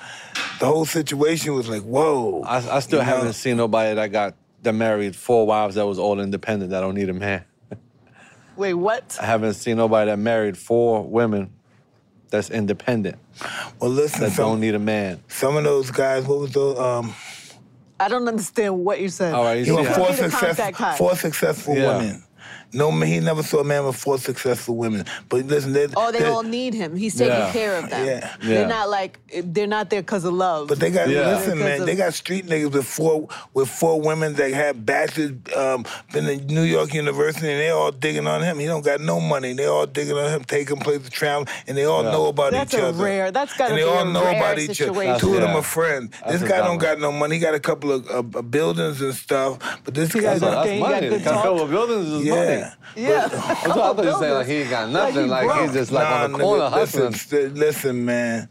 C: the whole situation was like, whoa.
A: I, I still
C: You know?
A: haven't seen nobody that got that married four wives that was all independent that don't need a man.
B: Wait, what?
A: I haven't seen nobody that married four women that's independent
C: Well, listen,
A: that
C: some,
B: e-"
A: don't need a man.
C: some of those guys. What was the um?
B: I don't understand what you said.
A: All right, you
C: He
A: see
C: was
A: how,
C: four
B: Give me the contact
C: successful,
B: high.
C: four successful
A: Yeah.
C: women. No, man, he never saw a man with four successful women. But listen, they,
B: Oh, they
C: they-
B: all need him. He's taking
A: Yeah.
B: care of them.
C: Yeah.
A: Yeah.
B: They're not like they're not there because of love.
C: But they got
A: Yeah.
C: listen,
B: Because
C: man.
B: of-
C: They got street niggas with four with four women that had bachelors, um, been in New York University, and they all digging on him. He don't got no money. They all digging on him, taking place to travel, and they all
A: Yeah.
C: know about
B: That's
C: each
B: a
C: other.
B: rare- that's gotta
C: And they
B: be
C: all
B: a
C: know
B: rare
C: about each other.
B: situation.
C: Two of them
A: Yeah.
C: are friends.
A: That's
C: this
A: a
C: guy
A: dumb
C: don't
A: one.
C: got no money. He got a couple of uh, uh, buildings and stuff, but this guy
A: that's,
B: got
A: that's
B: good- he got
A: money.
B: good
A: That's how
B: talk.
A: buildings is
C: yeah.
A: money.
B: yeah,
A: That's what I thought you saying like he ain't got nothing. Like, he's just like on the
C: nigga,
A: corner
C: listen,
A: hustling.
C: st- listen, man.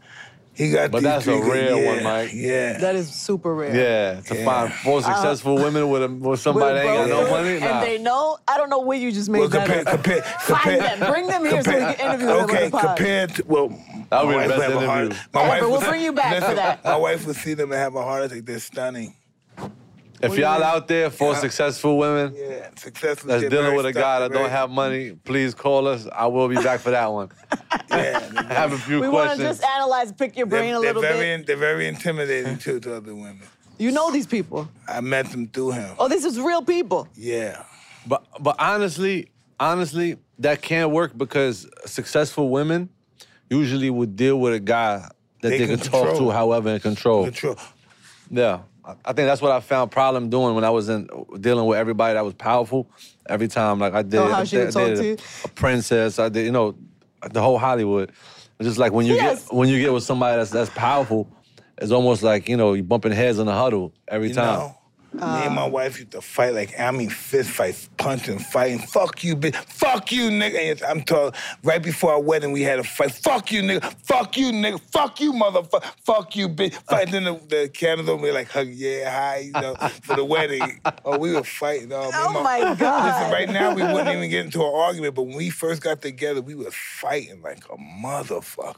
C: He got
A: But
C: these
A: that's a
C: three good-
A: rare one,
C: yeah,
A: Mike.
C: Yeah.
B: (laughs) that is super rare.
A: Yeah, to
C: Yeah.
A: find four successful women with a, with somebody that ain't got no
B: broke,
A: money. Nah.
B: And they know. I don't know where you just made
C: Well,
B: that.
C: compare,
B: up.
C: compare, compare,
B: Find them. Bring them here so we can interview them on
C: okay,
B: the pod.
C: compared to well,
A: That would
C: my
A: be the
C: wife
A: best
C: have a heart-
A: interview.
C: my
B: Yeah,
C: wife
B: but we'll
C: would-
B: bring you back for
C: listen,
B: that.
C: My wife would see them and have a heart attack. They're stunning.
A: If y'all out there, four
C: Yeah.
A: successful women
C: Yeah, successful.
A: that's
C: shit,
A: dealing
C: very
A: with a guy that
C: stunning,
A: don't
C: very-
A: have money, please call us. I will be back for that one.
B: (laughs)
C: Yeah,
A: I have a few
B: we want to
A: questions.
B: just analyze, pick your brain
C: they're,
B: a
C: they're
B: little
C: very,
B: bit.
C: in- they're very intimidating too to other women.
B: You know these people.
C: I met them through him.
B: Oh, this is real people.
C: Yeah,
A: But but honestly, honestly, that can't work because successful women usually would deal with a guy that
C: They
A: they,
C: can
A: could talk
C: control.
A: to, however, and control.
C: control.
A: Yeah, I I think that's what I found problem doing when I was in dealing with everybody that was powerful. Every time, like I did,
B: Oh, how
A: I
B: she
A: did,
B: would
A: I
B: talk
A: did
B: to you?
A: a princess. I did, you know, the whole Hollywood. It's just like when you
B: Yes.
A: get when you get with somebody that's that's powerful, it's almost like you know you bumping heads in the huddle every
C: You
A: time.
C: know, me and my
B: Um,
C: wife used to fight like I mean fist fights, punching, fighting. Fuck you, bitch. Fuck you, nigga. And I'm talking right before our wedding, we had a fight. Fuck you, nigga. Fuck you, nigga. Fuck you, motherfucker. Fuck you, bitch. Fight. Then the, the cameras on, we like hug, yeah, hi, you know, for the wedding. Oh, we were fighting. Oh, me and
B: Oh
C: (laughs)
B: my
C: Listen,
B: God.
C: right now we
B: (laughs)
C: wouldn't even get into an argument, but when we first got together, we were fighting like a motherfucker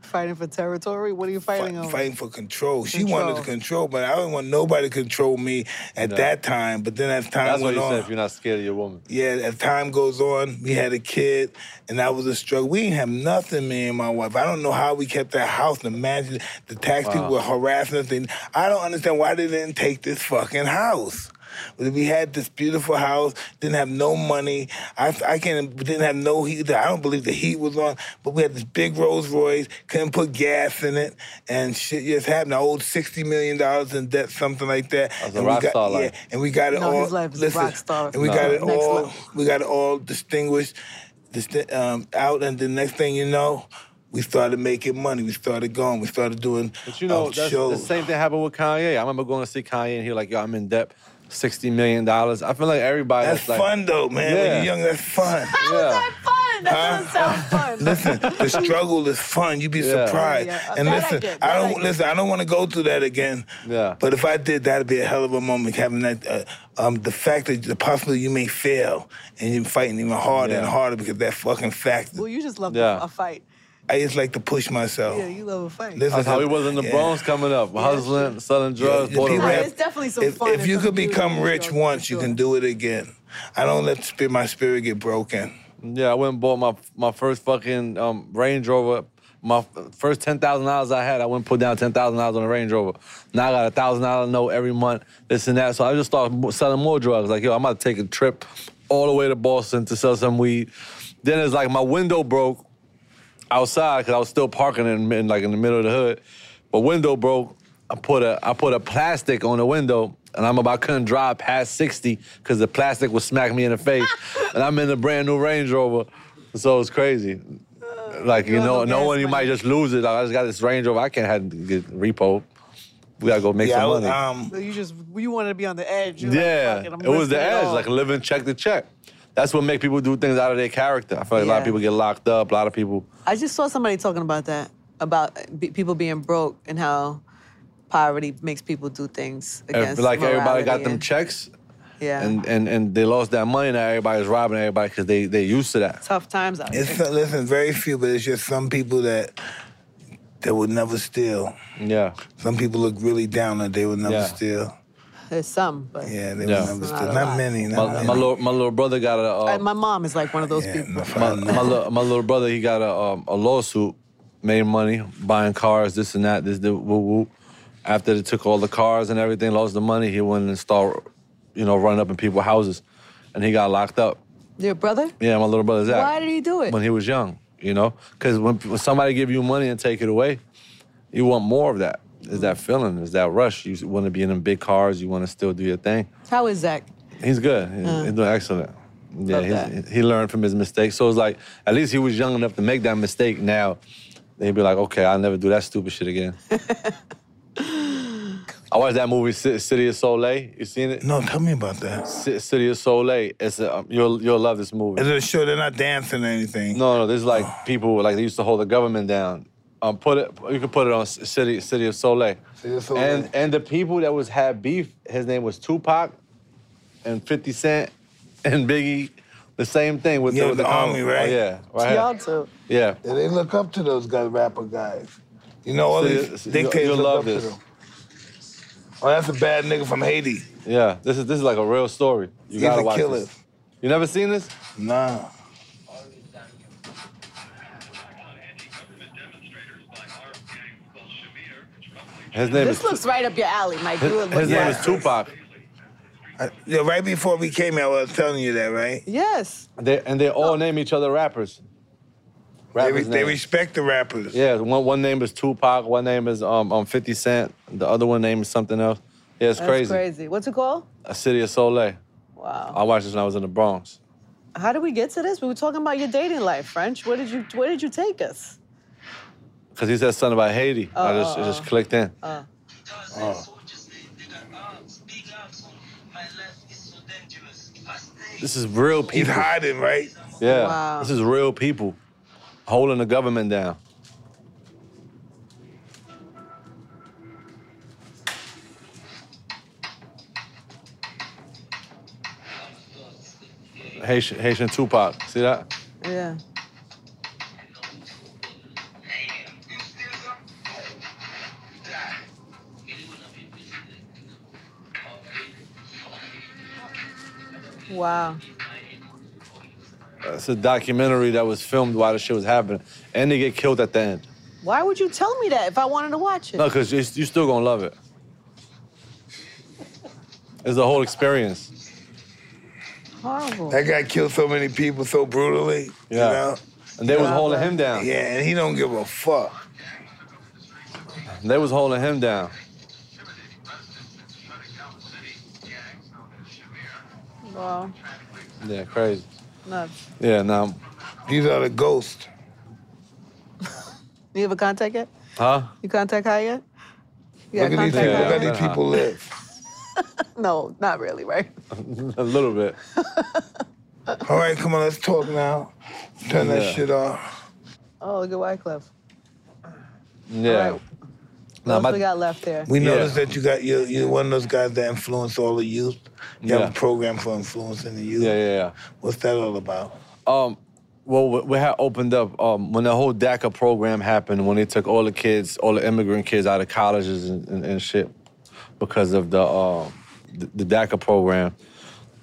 B: Fighting for territory. What are you fighting
C: fight-
B: over?
C: fighting for control. She
B: Control.
C: wanted to control, but I didn't want nobody to control me at
A: No.
C: that time. But then as time
A: That's what
C: went
A: you
C: on,
A: said if you're not scared of your woman.
C: yeah, as time goes on, we had a kid, and that was a struggle. We didn't have nothing, me and my wife. I don't know how we kept that house. The mansion, the tax people were harassing us. And I don't understand why they didn't take this fucking house. We had this beautiful house, didn't have no money. I, I can't, didn't have no heat. I don't believe the heat was on, but we had this big Rolls Royce, couldn't put gas in it, and shit just happened. I owed $60 million in debt, something like that.
A: That's a
C: And we
A: rock
C: got-
A: star life.
C: Yeah, and we got it
B: No,
C: all.
B: his life is a
C: listen,
B: rock star.
C: And we
A: No.
C: got it
B: Next
C: all.
B: level.
C: We got it all distinguished, disti- um, out, and the next thing you know, we started making money. We started going. We started doing
A: But you know,
C: um,
A: that's, the
C: shows.
A: same thing happened with Kanye. I remember going to see Kanye and he like, yo, I'm in debt, sixty million dollars. I feel like everybody
C: that's
A: that's like,
C: fun though, man. When
A: Yeah.
C: you're young, that's fun.
B: How was
A: Yeah.
B: that fun? That
C: (laughs)
B: doesn't sound fun.
C: listen,
B: (laughs)
C: the struggle is fun. You'd be
A: Yeah.
C: surprised.
B: Yeah, yeah.
C: And
B: That I
C: listen,
B: get,
C: I,
B: that I
C: don't
B: get.
C: listen. I don't want to go through that again.
A: Yeah.
C: But if I did, that'd be a hell of a moment. Having that, uh, um, the fact that the possibility you may fail, and you're fighting even harder and
A: Yeah.
C: harder because that fucking fact.
B: Well, you just love
A: Yeah.
B: a fight.
C: I just like to push myself.
B: Yeah, you love a fight.
C: Listen,
A: that's how he was in the
C: yeah.
A: Bronx coming up, hustling, selling drugs,
C: Yeah,
A: bought a
B: Right,
C: people
A: rap.
C: have-
B: it's definitely some
C: if,
B: fun
C: If
B: and
C: you
B: something
C: could
B: to do
C: become
B: in New
C: rich
B: York,
C: once,
B: for
C: you
B: sure.
C: can do it again. I don't let spirit, my spirit get broken.
A: Yeah, I went and bought my my first fucking um, Range Rover. My f- first ten thousand dollars I had, I went and put down ten thousand dollars on a Range Rover. Now I got a thousand dollar note every month, this and that. So I just started mo- selling more drugs. Like yo, I'm about to take a trip all the way to Boston to sell some weed. Then it's like my window broke. outside because I was still parking in, in like in the middle of the hood. But window broke. I put a I put a plastic on the window, and I'm about couldn't drive past 60 because the plastic would smack me in the
B: (laughs)
A: face. and I'm in a brand new Range Rover, so it's crazy. Like you
B: You're
A: know,
B: the
A: no
B: best,
A: one you might
B: man.
A: just lose it. Like, I just got this Range Rover. I can't have to get repo. We gotta go make
C: Yeah, I
A: some
C: was,
A: money.
C: um,
B: So you just you wanted to be on the edge. You're like,
A: Yeah,
B: "Fuck I'm
A: it was the
B: risking
A: edge,
B: all."
A: like living check to check. That's what make people do things out of their character. I feel like a lot of
B: Yeah.
A: people get locked up. A lot of people.
B: I just saw somebody talking about that about uh, be, people being broke and how poverty makes people do things against
A: like everybody got
B: morality
A: them
B: and-
A: checks,
B: Yeah,
A: and, and and they lost that money. Now everybody's robbing everybody because they they used to that.
B: tough times out
C: It's
B: there.
C: not, listen, very few, but it's just some people that that would never steal.
A: Yeah,
C: Some people look really down that they would never
A: Yeah.
C: steal.
B: There's some, but
C: Yeah, they
A: Yeah.
C: would never
B: It's not
C: steal.
B: a
C: Not
B: lot.
C: many. Not
A: my,
C: many.
A: my little my little brother got a. Uh,
B: And my mom is like one of those
C: yeah,
B: people.
C: no,
A: my,
C: fine, no.
A: my, little, my little brother, he got a um, a lawsuit, made money buying cars, this and that, this the woo woo. After they took all the cars and everything, lost the money, he went and started, you know, running up in people's houses, and he got locked up.
B: Your brother?
A: Yeah, my little brother Zach.
B: Why did he do it?
A: When he was young, you know, because when, when somebody give you money and take it away, you want more of that. Is that feeling? Is that rush? You want to be in them big cars. You want to still do your thing.
B: How is Zach?
A: He's good. He's, he's doing excellent. Yeah,
B: Uh. Love
A: he's,
B: that.
A: he learned from his mistakes. So it's like at least he was young enough to make that mistake. Now they'd be like, okay, I'll never do that stupid shit
B: (laughs)
A: again. I watched that movie Ci- City of Soleil. You seen it?
C: no, tell me about that.
A: Ci- City of Soleil. It's a, um, you'll you'll love this movie.
C: Is it a show? They're not dancing or anything.
A: No, no, this is
C: (sighs)
A: like people like they used to hold the government down. Um, put it. You could put it on S- city city of Soleil.
C: City of Soleil.
A: And and the people that was had beef. His name was Tupac, and Fifty Cent, and Biggie. The same thing with
C: Yeah,
A: the,
C: with the
A: com-
C: army, right?
A: Oh, yeah, right. here.
B: Y'all too.
A: Yeah.
C: Yeah, they look up to those guy rapper guys. You know, all
A: So you-
C: these
A: so you-
C: dictators
A: you'll
C: look
A: love
C: up
A: this.
C: to them. Oh, that's a bad nigga from Haiti.
A: Yeah, this is this is like a real story. You
C: He's
A: gotta
C: a
A: watch
C: killer.
A: this. You never seen this?
C: Nah.
A: His name
B: This
A: is
B: looks right up your alley, Mike.
A: his,
B: You would
A: his
B: look-
A: name
C: Yeah.
A: is Tupac.
C: I- yeah, right before we came here, I was telling you that, right?
B: yes.
A: They, and they all name each other rappers.
C: They, re-
A: Rappers
C: they
A: names.
C: respect the rappers.
A: Yeah, one one name is Tupac, one name is um, um 50 Cent, the other one name is something else. Yeah, it's
B: That's
A: crazy.
B: crazy. What's it called?
A: A City of Soleil. I
B: Wow.
A: watched this when I was in the Bronx.
B: How did we get to this? We were talking about your dating life, French. Where did you Where did you take us?
A: Cause he said something about Haiti. I just it just clicked in. This is real people.
C: He's hiding, right?
A: Yeah.
B: Wow.
A: This is real people holding the government down. Haitian, Haitian Tupac. See that?
B: Yeah. Wow.
A: It's a documentary that was filmed while the shit was happening. And they get killed at the end.
B: Why would you tell me that if I wanted to watch it?
A: No, because you're still gonna love it. It's the whole experience.
B: Horrible.
C: That guy killed so many people so brutally.
A: Yeah.
C: You know?
A: And they was
B: Yeah,
A: holding
B: bro.
A: him down.
C: Yeah, and he don't give a fuck.
A: They was holding him down.
B: Wow.
A: Yeah, crazy.
B: Nuts.
A: Yeah, now,
C: These are the ghosts.
B: You have a contact yet?
A: huh? (laughs)
B: You contact her yet? You got
C: Look at these people.
B: contact
A: Yeah.
C: Look
B: her?
C: at these people live.
B: No, not really, right?
A: A little bit.
C: All right, come on, let's talk now. Turn
A: Yeah.
C: that shit off.
B: Oh, look at Wyclef.
A: Yeah.
B: All right.
A: Nah,
B: What else
A: my-
B: we got left there?
C: We
A: Yeah.
C: noticed that you got you you're one of those guys that influence all the youth. You
A: Yeah.
C: have a program for influencing the youth.
A: yeah, yeah, yeah.
C: What's that all about?
A: Um, well, we, we had opened up um, when the whole DACA program happened. When they took all the kids, all the immigrant kids out of colleges and, and, and shit, because of the, um the the DACA program,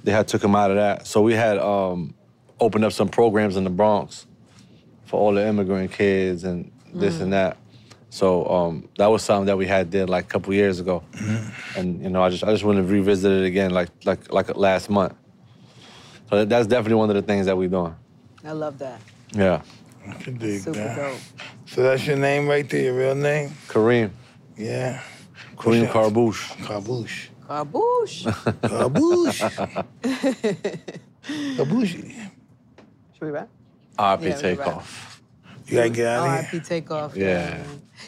A: they had took them out of that. So we had um, opened up some programs in the Bronx for all the immigrant kids and this and that. So um, that was something that we had did like a couple years ago, and you know I just I just want to revisit it again like like like last month. So that- that's definitely one of the things that we're doing.
B: I love that.
A: Yeah.
C: I can dig
B: Super
C: that.
B: dope.
C: So that's your name right there, your real name?
A: Kareem.
C: Yeah.
A: Kareem
C: Push-ups.
A: Carbouche.
C: Kaboosh.
A: (laughs)
B: Kaboosh.
C: Kaboosh. Kaboosh.
B: Should we wrap?
A: RIP
B: Yeah,
A: take
B: right.
A: off.
C: You gotta get out of here.
B: RIP Takeoff.
A: Yeah.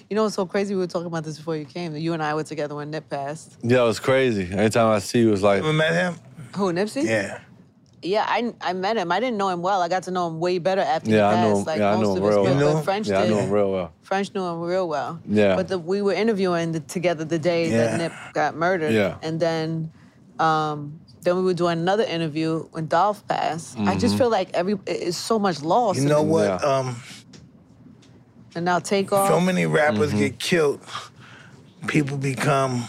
B: You know what's so crazy? We were talking about this before you came. that You and I were together when Nip passed.
A: Yeah, it was crazy. Every time I see you, it's like,
C: Ever met him?
B: Who, Nipsey?
C: Yeah.
B: Yeah, I, I met him. I didn't know him well. I got to know him way better after
A: yeah,
B: he
A: I
B: passed.
A: know him.
B: Like
A: yeah, I
B: most
A: know
B: of
A: him
B: us
A: real
B: did,
A: well.
C: You know
B: but
C: him?
B: French
A: yeah, I
B: did.
A: know him real well.
B: French knew him real well.
A: Yeah.
B: But the, we were interviewing the, together the day
C: Yeah.
B: that Nip got murdered.
A: Yeah.
B: And then, um, then we were doing another interview when Dolph passed. I
A: Mm-hmm.
B: just feel like every it- it's so much loss.
C: You know what?
A: Yeah.
C: Um,
B: And now take off.
C: so many rappers
A: Mm-hmm.
C: get killed. People become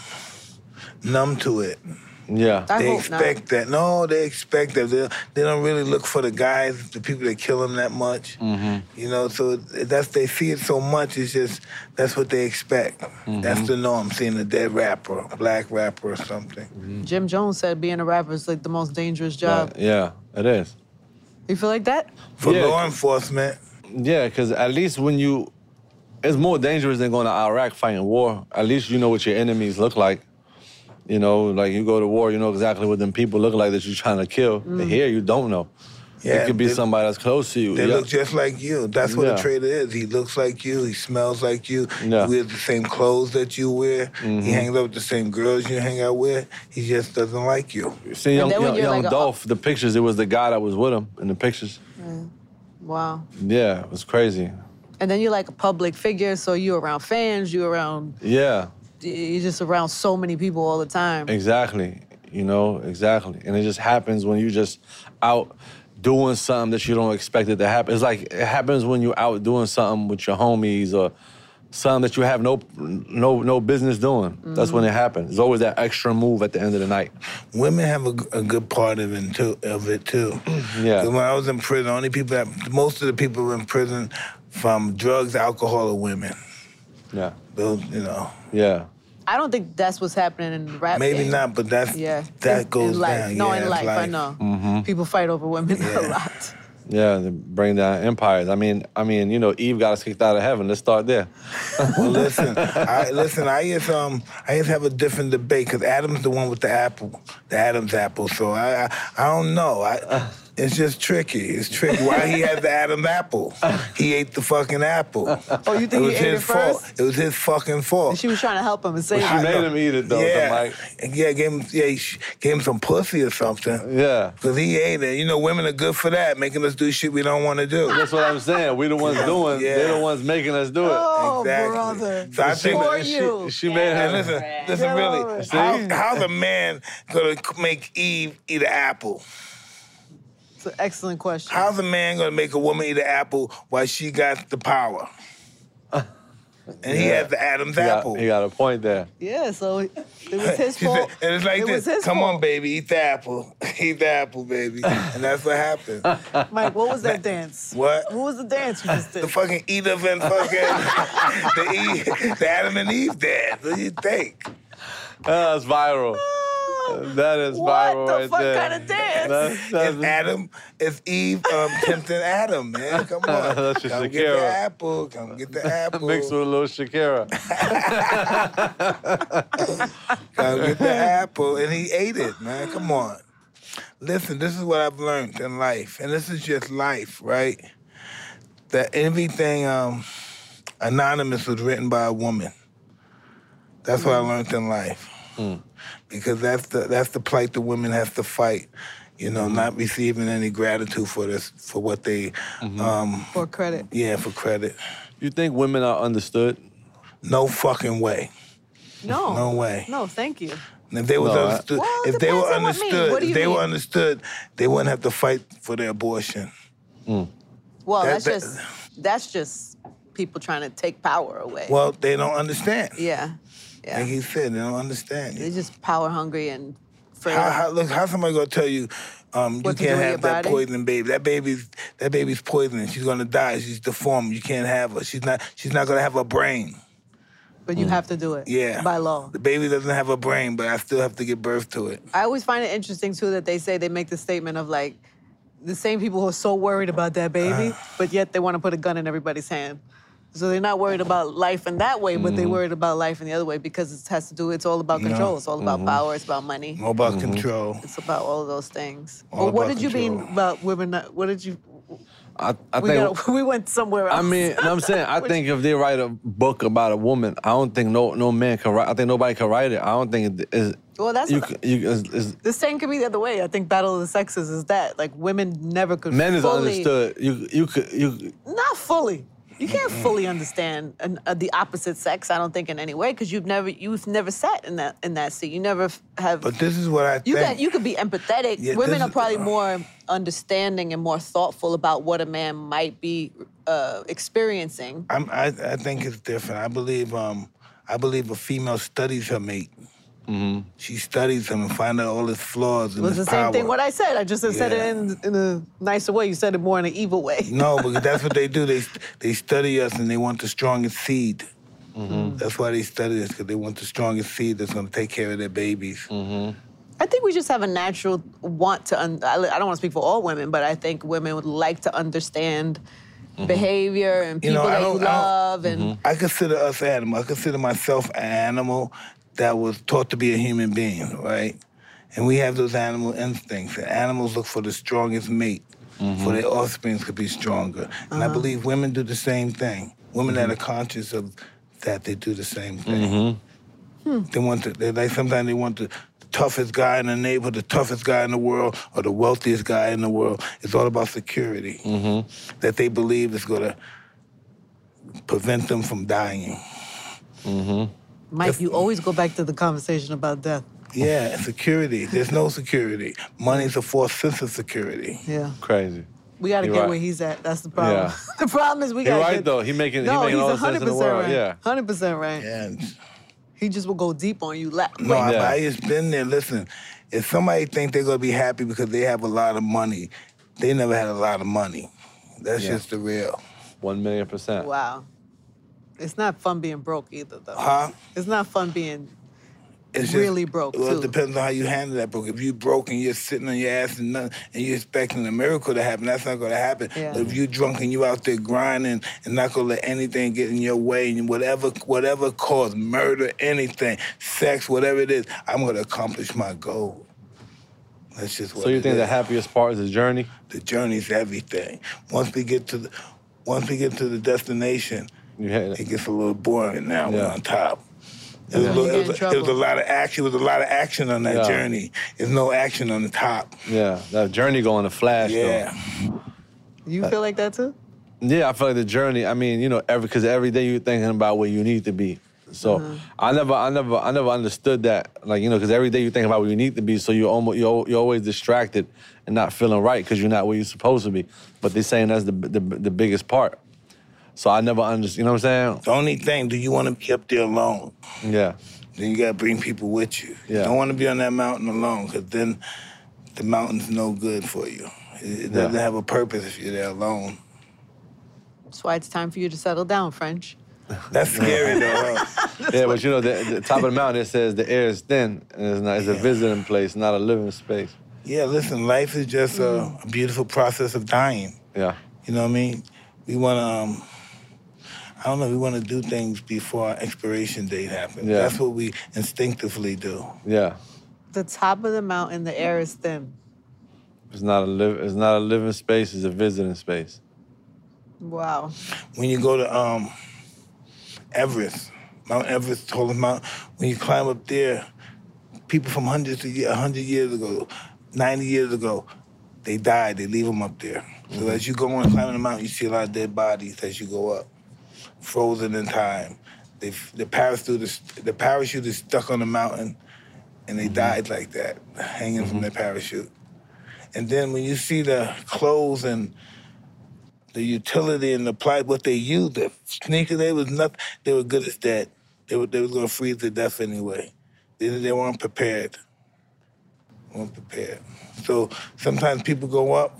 C: numb to it.
A: Yeah.
B: I
C: They
B: hope not.
C: expect that. No, they expect that. They, they don't really look for the guys, the people that kill them that much.
A: Mm-hmm.
C: You know, so that's they see it so much. It's just that's what they expect.
A: Mm-hmm.
C: That's the norm. Seeing a dead rapper, a black rapper, or something.
B: Jim Jones said being a rapper is like the most dangerous job.
A: But, yeah, it is.
B: You feel like that?
C: For
A: Yeah.
C: law enforcement,
A: Yeah, because at least when you, it's more dangerous than going to Iraq fighting war. At least you know what your enemies look like. You know, like you go to war, you know exactly what them people look like that you're trying to kill.
B: Mm.
A: But Here, you don't know.
C: Yeah,
A: it could be
C: they-
A: somebody that's close to you.
C: they
A: Yeah.
C: look just like you. That's what
A: Yeah.
C: a traitor is. He looks like you. He smells like you.
A: Yeah. Mm-hmm.
C: He wears the same clothes that you wear. He hangs out with the same girls you hang out with. He just doesn't like you.
A: See, young,
B: then when
A: young,
B: you're
A: young
B: like a-
A: Dolph, the pictures, it was the guy that was with him in the pictures.
B: Wow.
A: Yeah, it was crazy.
B: And then you're like a public figure, so you're around fans, you're around,
A: Yeah,
B: you're just around so many people all the time.
A: exactly. You know, exactly. And it just happens when you just out doing something that you don't expect it to happen. It's like it happens when you're out doing something with your homies or something that you have no no no business doing. That's when it
C: Mm-hmm.
A: happens. There's always that extra move at the end of the night.
C: women have a, g- a good part of it too. Of it too.
A: Yeah.
C: 'Cause When I was in prison, only people that most of the people in prison from drugs, alcohol, or women.
A: Yeah.
C: Those, you know,
A: Yeah.
B: I don't think that's what's happening in the rap.
C: maybe
B: game.
C: not, but that's
B: Yeah,
C: that
B: in,
C: goes
B: in life.
C: down.
B: No,
C: yeah, mm-hmm.
B: in
C: it's
B: life, I know. People fight over women a lot.
A: Yeah, to bring down empires. I mean, I mean, you know, Eve got us kicked out of heaven. Let's start there.
C: Well, listen, I, listen. I just um, I just have a different debate because Adam's the one with the apple, the Adam's apple. So I, I, I don't know. I, it's just tricky. It's tricky. Why he had the Adam's apple? He ate the
B: (laughs)
C: fucking apple.
B: Oh, you think he
C: it was
B: ate it
C: his fault.
B: first?
C: It was his fucking fault.
B: She was trying to help him and save
A: She
B: him.
A: made him eat it though.
C: yeah,
A: Mike.
C: yeah, gave him, yeah, she gave him some pussy or something.
A: Yeah.
C: Cause he ate it. You know, women are good for that, making us do shit we don't want to do.
A: That's what I'm saying. We the ones doing. They're
C: (laughs) Yeah.
A: the ones making us do it.
B: Oh,
C: Exactly.
B: brother.
C: So I think
B: For
C: that she-
B: you.
A: She made
C: Oh. And
A: him.
C: listen, listen,
B: Get over
C: really,
B: it.
C: how, how's a man gonna make Eve eat an apple?
B: It's an excellent question.
C: How's a man gonna make a woman eat an apple while she got
A: (laughs)
C: the power? And he
A: Yeah.
C: has the Adam's
A: He got,
C: apple.
A: he got a point there.
B: yeah, so it was his
C: (laughs) She said-
B: fault.
C: and it's like
B: it was
C: this.
B: his
C: Come
B: fault.
C: on, baby, eat the apple. (laughs) eat the
A: (laughs)
C: apple, baby. And that's what happened.
B: Mike, what was
C: (laughs)
B: that dance?
C: What?
B: What was the dance you just did?
C: The fucking (laughs) Eve and fucking the Eve, the Adam and Eve dad. What do you think?
A: That's viral. That is
B: What
A: viral
B: the
A: right
B: fuck
A: there.
B: kinda dance?
A: That's,
C: It's
A: that's,
C: Adam, it's Eve um, tempting Adam, man. Come
A: (laughs)
C: on.
A: That's just
C: Come get
A: Shakira.
C: the apple. Come
A: (laughs)
C: get the apple.
A: mixed with a little Shakira.
C: Come get the apple. And he ate it, man. Come on. Listen, this is what I've learned in life. And this is just life, right? That everything um, anonymous was written by a woman. That's what I learned in life. Because that's the that's the plight the women have to fight. You know, not receiving any gratitude for this for what they um,
B: For credit.
C: Yeah, for credit.
A: You think women are understood?
C: No fucking way.
B: No.
C: No way.
B: No, thank you.
C: And if they was
A: No, I-
C: understood,
B: Well, it
C: if they were
B: depends on what means.
C: understood,
B: What do
C: if
B: you
C: they were
B: mean?
C: understood, they wouldn't have to fight for their abortion.
B: Well,
C: That-
B: that's
C: that-
B: just that's just people trying to take power away.
C: Well, they don't understand.
B: yeah. Yeah.
C: Like he said, they don't understand.
B: They're just power hungry and afraid.
C: How, how, look, how somebody gonna tell you um, you
B: What to do
C: can't
B: with
C: have
B: your
C: that
B: body?
C: poison baby? That baby's that baby's poisoning. She's gonna die. She's deformed. You can't have her. She's not. She's not gonna have a brain.
B: but you have to do it.
C: Yeah.
B: By law.
C: The baby doesn't have a brain, but I still have to give birth to it.
B: I always find it interesting too that they say they make the statement of like the same people who are so worried about that baby,
C: Uh.
B: but yet they want to put a gun in everybody's hand. So they're not worried about life in that way,
C: Mm-hmm.
B: but they're worried about life in the other way because it has to do. It's all about control. It's all about
C: Mm-hmm.
B: power. It's about money.
C: All about control.
B: It's about all of those things.
C: All
B: Well, what
C: about
B: did you mean
C: control.
B: about women? Not, what did you?
A: I, I
B: We,
A: think.
B: got (laughs) we went somewhere else.
A: I mean, and I'm saying,
B: (laughs)
A: I think if they write a book about a woman, I don't think no no man can write. I think nobody can write it. I don't think it is.
B: Well, that's
A: you.
B: what
A: c- you is, is,
B: the same could be the other way. I think battle of the sexes is that like women never could.
A: men is
B: fully,
A: understood. You you could you.
B: Not fully. You can't fully understand an, uh, the opposite sex. I don't think in any way because you've never you've never sat in that in that seat. You never f- have.
C: But this is what I
B: you
C: think.
B: can you could be empathetic.
C: Yeah, uh,
B: Women
C: this
B: are
C: is-
B: probably more understanding and more thoughtful about what a man might be uh, experiencing.
C: I'm, I, I think it's different. I believe um, I believe a female studies her mate. She studies him and finds out all his flaws and
B: It was the
C: his
B: same thing
C: power.
B: what I said. I just said it
C: Yeah.
B: in in a nicer way. You said it more in an evil way.
C: No, because that's what they do. They they study us and they want the strongest seed. That's why they study us because they want the strongest seed that's going to take care of their babies.
B: I think we just have a natural want to. Un- I I don't want to speak for all women, but I think women would like to understand
A: Mm-hmm.
B: behavior and
C: You
B: people
C: know, I
B: that you
C: don't- I don't-
B: love. And
C: I consider us animal. I consider myself an animal that was taught to be a human being, right? And we have those animal instincts. And animals look for the strongest mate, for their offspring to be stronger. And I believe women do the same thing. Women that are conscious of that, they do the same thing. They want to, they like sometimes they want the toughest guy in the neighborhood, the toughest guy in the world, or the wealthiest guy in the world. It's all about security that they believe is going to prevent them from dying.
B: Mike, you always go back to the conversation about death.
C: Yeah, and security. There's no security. Money's a false sense of security.
B: Yeah,
A: Crazy.
B: we got to
A: You're
B: get
A: right.
B: where he's at. That's the problem.
A: Yeah.
B: (laughs) the problem is we
A: He
B: got.
A: right
B: get...
A: though. He making
B: No,
A: he making
B: he's
A: all the sense
B: 100
A: in the world.
B: right.
A: Yeah.
B: 100% right.
C: And
B: He just will go deep on you. La-
C: no,
B: wait,
C: I,
A: Yeah.
C: I just been there. Listen, if somebody think they're gonna be happy because they have a lot of money, they never had a lot of money. That's
A: Yeah.
C: just the real.
A: One million percent.
B: wow. It's not fun being broke either, though.
C: Huh?
B: It's not fun being.
C: It's
B: Really broke,
C: Well,
B: too.
C: it depends on how you handle that broke. If you broke and you're sitting on your ass and nothing, and you're expecting a miracle to happen, that's not gonna happen.
B: Yeah.
C: But if you drunk and you out there grinding and not gonna let anything get in your way and whatever whatever cause, murder, anything, sex, whatever it is, I'm gonna accomplish my goal. That's just what
A: So you
C: it
A: think the
C: is.
A: happiest part is the journey?
C: the journey's everything. Once we get to the once we get to the destination,
A: You hit
C: it
A: it.
C: gets a little boring now. We're
A: Yeah.
C: on top. It was, a
B: Yeah.
C: little-
B: You
C: it
B: get
C: was-
B: in
C: it
B: trouble.
C: was a lot of action. It was a lot of action on that
A: Yeah.
C: journey. There's no action on the top.
A: Yeah. That journey going to flash
C: Yeah,
A: though.
B: You
A: Uh,
B: feel like that too?
A: Yeah, I feel like the journey. I mean, you know, every because every day you're thinking about where you need to be. So I never, I never, I never understood that. Like you know, because every day you think about where you need to be, so you're almost you're, al- you're always distracted and not feeling right because you're not where you're supposed to be. But they're saying that's the the, the biggest part. So I never understood. You know what I'm
C: the only thing do you want to be up there alone?
A: saying? Yeah.
C: Then you gotta bring people with you. You
A: Yeah.
C: don't want to be on that mountain alone, because then the mountain's no good for you. It, it
A: Yeah.
C: doesn't have a purpose if you're there alone.
B: That's why it's time for you to settle down, French.
C: That's scary
A: (laughs)
C: though. huh?
A: Yeah, but you know, the, the top of the mountain it says the air is thin and it's not it's a visiting place, not a living space.
C: yeah, listen, life is just a,
B: Mm.
C: a beautiful process of dying.
A: Yeah.
C: You know what I mean? We want to, um, I don't know, we want to do things before our expiration date happens.
A: Yeah.
C: That's what we instinctively do.
A: Yeah.
B: The top of the mountain, the air is thin.
A: It's not a live it's not a living space, it's a visiting space.
B: Wow.
C: When you go to um, Everest, Mount Everest, Holy Mount, when you climb up there, people from hundreds of years, 100 years ago, 90 years ago, they died, they leave them up there. So as you go on climbing the mountain, you see a lot of dead bodies as you go up. frozen in time. They, the parachute is the parachute is stuck on the mountain, and they died like that, hanging from their parachute. And then when you see the clothes and the utility and the plight, what they used, the sneakers, they was nothing. They were good as dead. They were they was gonna freeze to death anyway. They, they weren't prepared. weren't prepared. So sometimes people go up.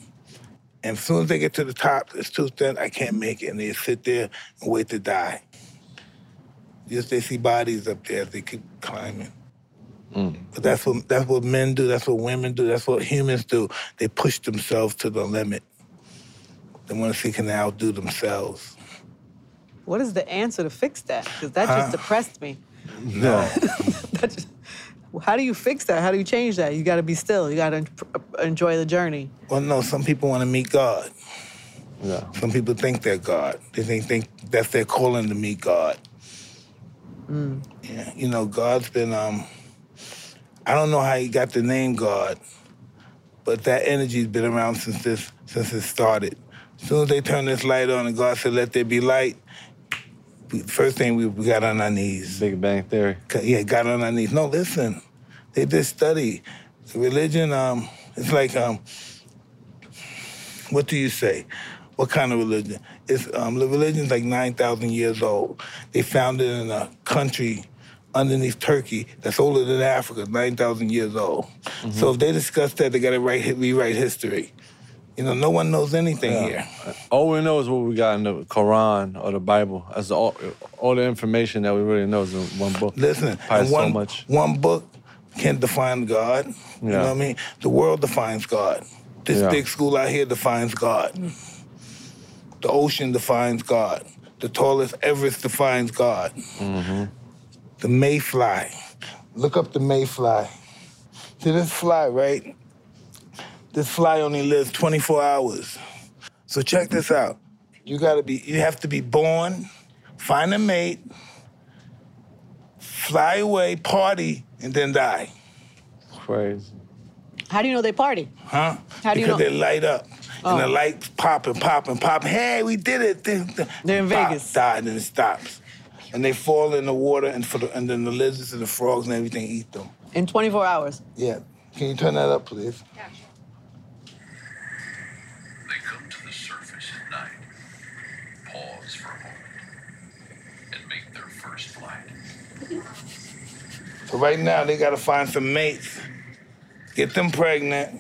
C: And as soon as they get to the top, it's too thin, I can't make it. And they sit there and wait to die. Just they see bodies up there as they keep climbing. But that's what that's what men do. That's what women do. That's what humans do. They push themselves to the limit. They want to see can they outdo themselves.
B: What is the answer to fix that? Because that
C: Uh,
B: just depressed me.
C: No.
B: That just, how do you fix that? How do you change that? You got to be still. You got to enjoy the journey.
C: (laughs) well, no. Some people want to meet God.
A: Yeah.
C: Some people think they're God. They think, think that's their calling to meet God. Yeah, you know, God's been. Um, I don't know how he got the name God, but that energy's been around since this since it started. As soon as they turned this light on and God said, "Let there be light," we, first thing we, we got on our knees.
A: Big Bang Theory.
C: Yeah, got on our knees. No, listen, they did study religion. Um, it's like um, what do you say? What kind of religion? It's um, the religion's like nine thousand years old. They found it in a country underneath Turkey that's older than Africa, nine thousand years old. So if they discuss that, they got to write rewrite history. You know, no one knows anything here.
A: All we know is what we got in the Quran or the Bible. That's all, all the information that we really know is in one book.
C: Listen,
A: Probably
C: and one,
A: so much.
C: one book can define God. You
A: Yeah.
C: know what I mean? The world defines God. This
A: Yeah.
C: big school out here defines God. The ocean defines God. The tallest Everest defines God. The mayfly. Look up the mayfly. See this fly, right? This fly only lives 24 hours. So check this out. You gotta be, you have to be born, find a mate, fly away, party, and then die.
A: Crazy.
B: How do you know they party?
C: Huh?
B: How do you
C: because
B: know- Oh.
C: they light up. And the lights pop and pop and pop. Hey, we did it. Then- then-
B: They're in
C: pop,
B: Vegas.
C: Die, and then it stops. And they fall in the water, and, for the, and then the lizards and the frogs and everything eat them.
B: In 24 hours.
C: Yeah. Can you turn that up, please?
I: They come to the surface at night, pause for a moment, and make their first flight.
C: So right now, they got to find some mates, get them pregnant.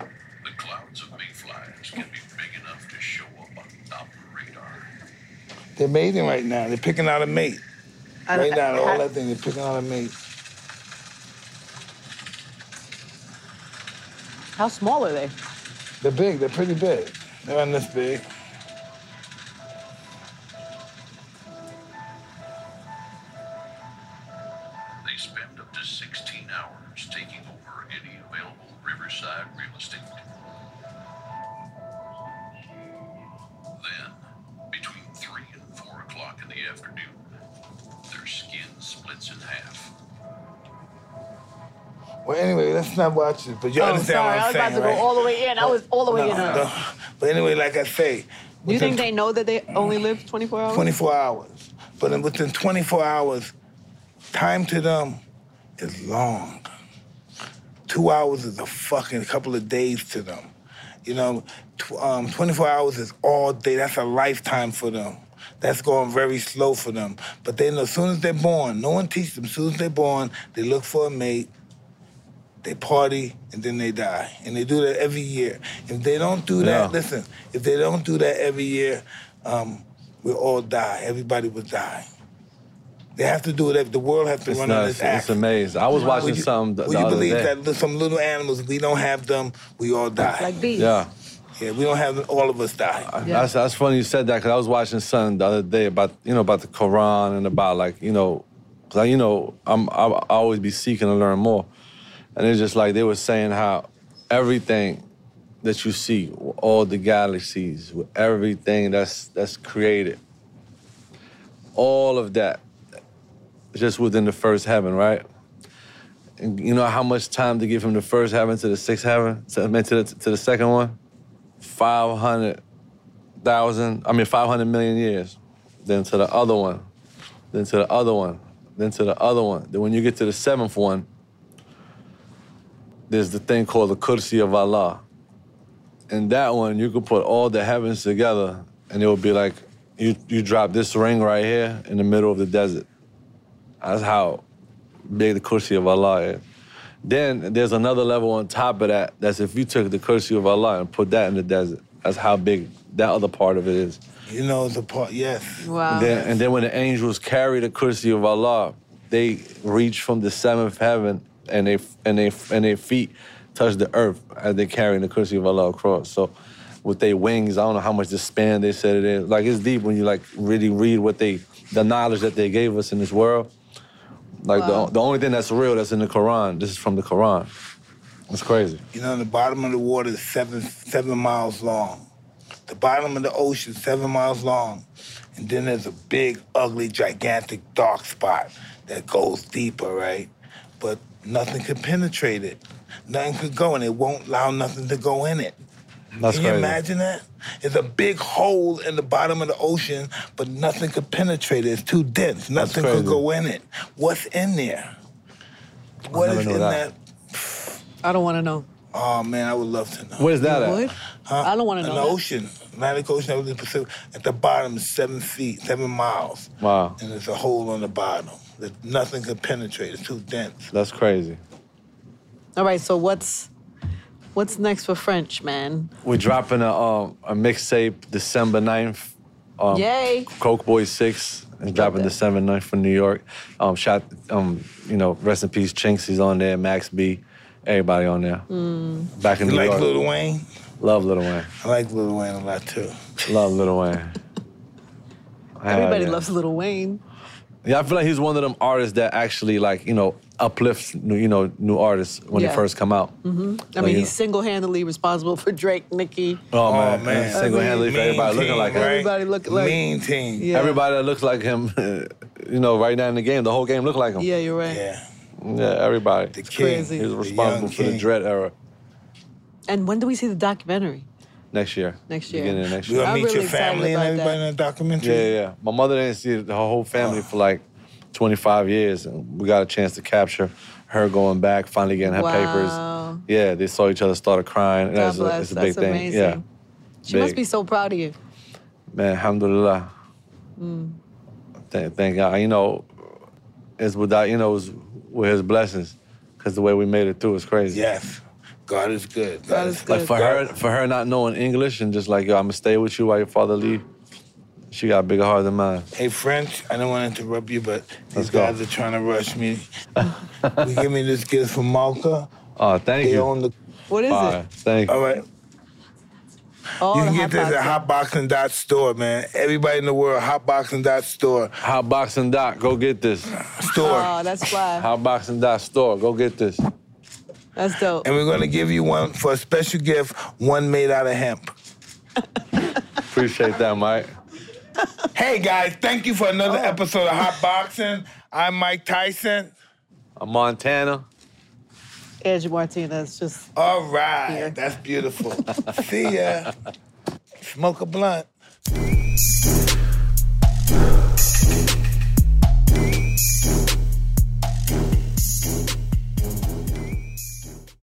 I: The clouds of mayflies can be big enough to show up on mountain radar.
C: They're mating right now. They're picking out a mate.
B: I-
C: Right now,
B: I-
C: all that thing, they're picking out a mate.
B: How small are they?
C: They're big. They're pretty big. They're on this big.
I: They spend up to 16 hours taking over any available riverside real estate. Then, between 3 and 4 o'clock in the afternoon, their skin splits in half.
C: Well, anyway, let's not watch it. But you
B: oh,
C: understand
B: sorry.
C: what
B: I
C: I'm
B: was
C: saying,
B: about to go
C: right?
B: all the way in. I was all the way
C: No,
B: in.
C: no. But anyway, like I say,
B: Do you
C: within
B: think they know that they only live 24 hours?
C: 24 hours. But then within 24 hours, time to them is long. Two hours is a fucking couple of days to them. You know, tw- um, 24 hours is all day. That's a lifetime for them. That's going very slow for them. But they know as soon as they're born, no one teaches them. As soon as they're born, they look for a mate, they party, and then they die. And they do that every year. If they don't do that,
A: Yeah.
C: listen, if they don't do that every year, um, we all die. Everybody will die. They have to do it. every- The world has to
A: It's
C: run on
A: nuts.
C: this act.
A: It's amazing. I was watching
C: Would you-
A: something the,
C: would
A: the
C: you
A: other
C: believe
A: day.
C: that there's some little animals, we don't have them, we all die.
B: Like bees.
A: Yeah.
C: yeah, we don't have them, all of us die.
A: That's, that's funny you said that because I was watching something the other day about you know about the Quran and about like you know, 'cause I, you know I'm I, I always be seeking to learn more, and it's just like they were saying how everything that you see, all the galaxies, everything that's that's created, all of that, is just within the first heaven, right? And you know how much time to give from the first heaven to the sixth heaven, to, I mean, to the to the second one, five hundred thousand, I mean five hundred million years, then to the other one, then to the other one, then to the other one. Then when you get to the seventh one, there's the thing called the Kursi of Allah. And that one, you could put all the heavens together, and it would be like you you drop this ring right here in the middle of the desert. That's how big the Kursi of Allah is. Then there's another level on top of that. That's if you took the Kursi of Allah and put that in the desert. That's how big that other part of it is.
C: You know, it's a part, yes.
B: Wow.
A: Then, and then when the angels carry the Kursi of Allah they reach from the seventh heaven and they and they and their feet touch the earth as they carrying the curse of Allah across. So with their wings, I don't know how much the span they said it is. Like it's deep when you like really read what they the knowledge that they gave us in this world. Like the, the only thing that's real that's in the Quran. This is from the Quran. It's crazy.
C: You know, the bottom of the water is seven seven miles long. The bottom of the ocean is seven miles long, and then there's a big, ugly, gigantic dark spot that goes deeper, right? But nothing could penetrate it. Nothing could go, and it won't allow nothing to go in it.
A: That's
C: Can you
A: crazy.
C: imagine that? It's a big hole in the bottom of the ocean, but nothing could penetrate it. It's too dense. Nothing could
A: crazy.
C: go in it. What's in there? What
A: never
C: is
A: knew
C: in
A: that.
C: that?
B: I don't want to know.
C: Oh man, I would love to know.
A: Where's that
B: Would?
A: at?
B: I don't want to
C: An
B: know. that.
C: ocean, Atlantic Ocean over the Pacific. At the bottom is seven feet, seven miles,
A: Wow,
C: and there's a hole on the bottom that nothing could penetrate. It's too dense.
A: that's crazy.
B: All right, so what's what's next for French, man?
A: We're dropping a um, a mixtape December 9th. Um,
B: Yay.
A: Coke Boy Six is dropping
B: that.
A: December 9th from New York. Um, shot, um, you know, rest in peace, Chinks. He's on there. Max B, everybody on there.
B: Mm.
A: Back in
C: You
A: New
C: like
A: York.
C: Lil Wayne?
A: Love Little Wayne.
C: I like Lil Wayne a lot too.
A: Love Little Wayne. Hell
B: (laughs) Everybody
A: Uh, yeah.
B: loves Little Wayne.
A: Yeah, I feel like he's one of them artists that actually like you know uplifts new, you know new artists when
B: Yeah. Mm-hmm.
A: they first come out.
B: I mean, he's single-handedly responsible for Drake, Nicki.
A: oh man,
C: Oh, man.
A: single handedly for
C: Mean
A: everybody looking
C: team,
A: like him.
C: right?
B: Everybody look like-
C: mean team.
B: Yeah.
A: Everybody that looks like him, (laughs) you know, right now in the game, the whole game look like him.
B: Yeah, you're right.
C: yeah.
A: Yeah, everybody.
C: The king.
B: crazy.
A: He was
B: The
A: responsible
C: young
A: for the
C: king.
A: Dread era.
B: And when do we see the documentary?
A: Next year.
B: Next year.
A: Beginning of next
C: You
A: year.
C: gonna
B: I'm
C: meet
B: really
C: your
B: excited
C: family and
B: about
C: everybody
B: that.
C: in the documentary?
A: Yeah, yeah, yeah. My mother didn't see her whole family for like 25 years, and we got a chance to capture her going back, finally getting her
B: Wow.
A: papers. Yeah, they saw each other, started crying.
B: God
A: That's
B: bless.
A: A, it's a big
B: That's
A: thing.
B: amazing.
A: Yeah,
B: She must
A: Big.
B: be so proud of you.
A: man. Alhamdulillah.
B: Mm.
A: Thank, thank God. You know, it's without you know, it's with His blessings, because the way we made it through is crazy.
C: Yes. God is good. God,
B: is
A: Like
B: good.
A: for her, for her not knowing English and just like yo, I'ma stay with you while your father leave. She got a bigger heart than mine.
C: Hey French, I don't want to interrupt you, but
A: Let's
C: these
A: go.
C: guys are trying to rush me. you give me this gift from Malta.
A: Oh, (laughs) thank
C: They
A: you.
C: own the.
B: What is
A: All
B: it?
A: right, thank you.
C: All right.
B: Oh,
C: You
B: the
C: can
B: hot
C: get
B: box.
C: this at hotboxing.store, man. Everybody in the world, hotboxing.store.
A: Hotboxing dot, go get this.
C: Store.
B: Oh, that's fly.
A: Hotboxing dot store, go get this.
B: That's dope.
C: and we're going to give you one for a special gift, one made out of hemp.
A: Appreciate that, Mike.
C: Hey, guys, thank you for another
B: Oh.
C: episode of Hot Boxing. I'm Mike Tyson.
A: I'm Montana.
B: Angie Martinez, just
C: All right.
B: Yeah.
C: That's beautiful. See ya. Smoke a blunt.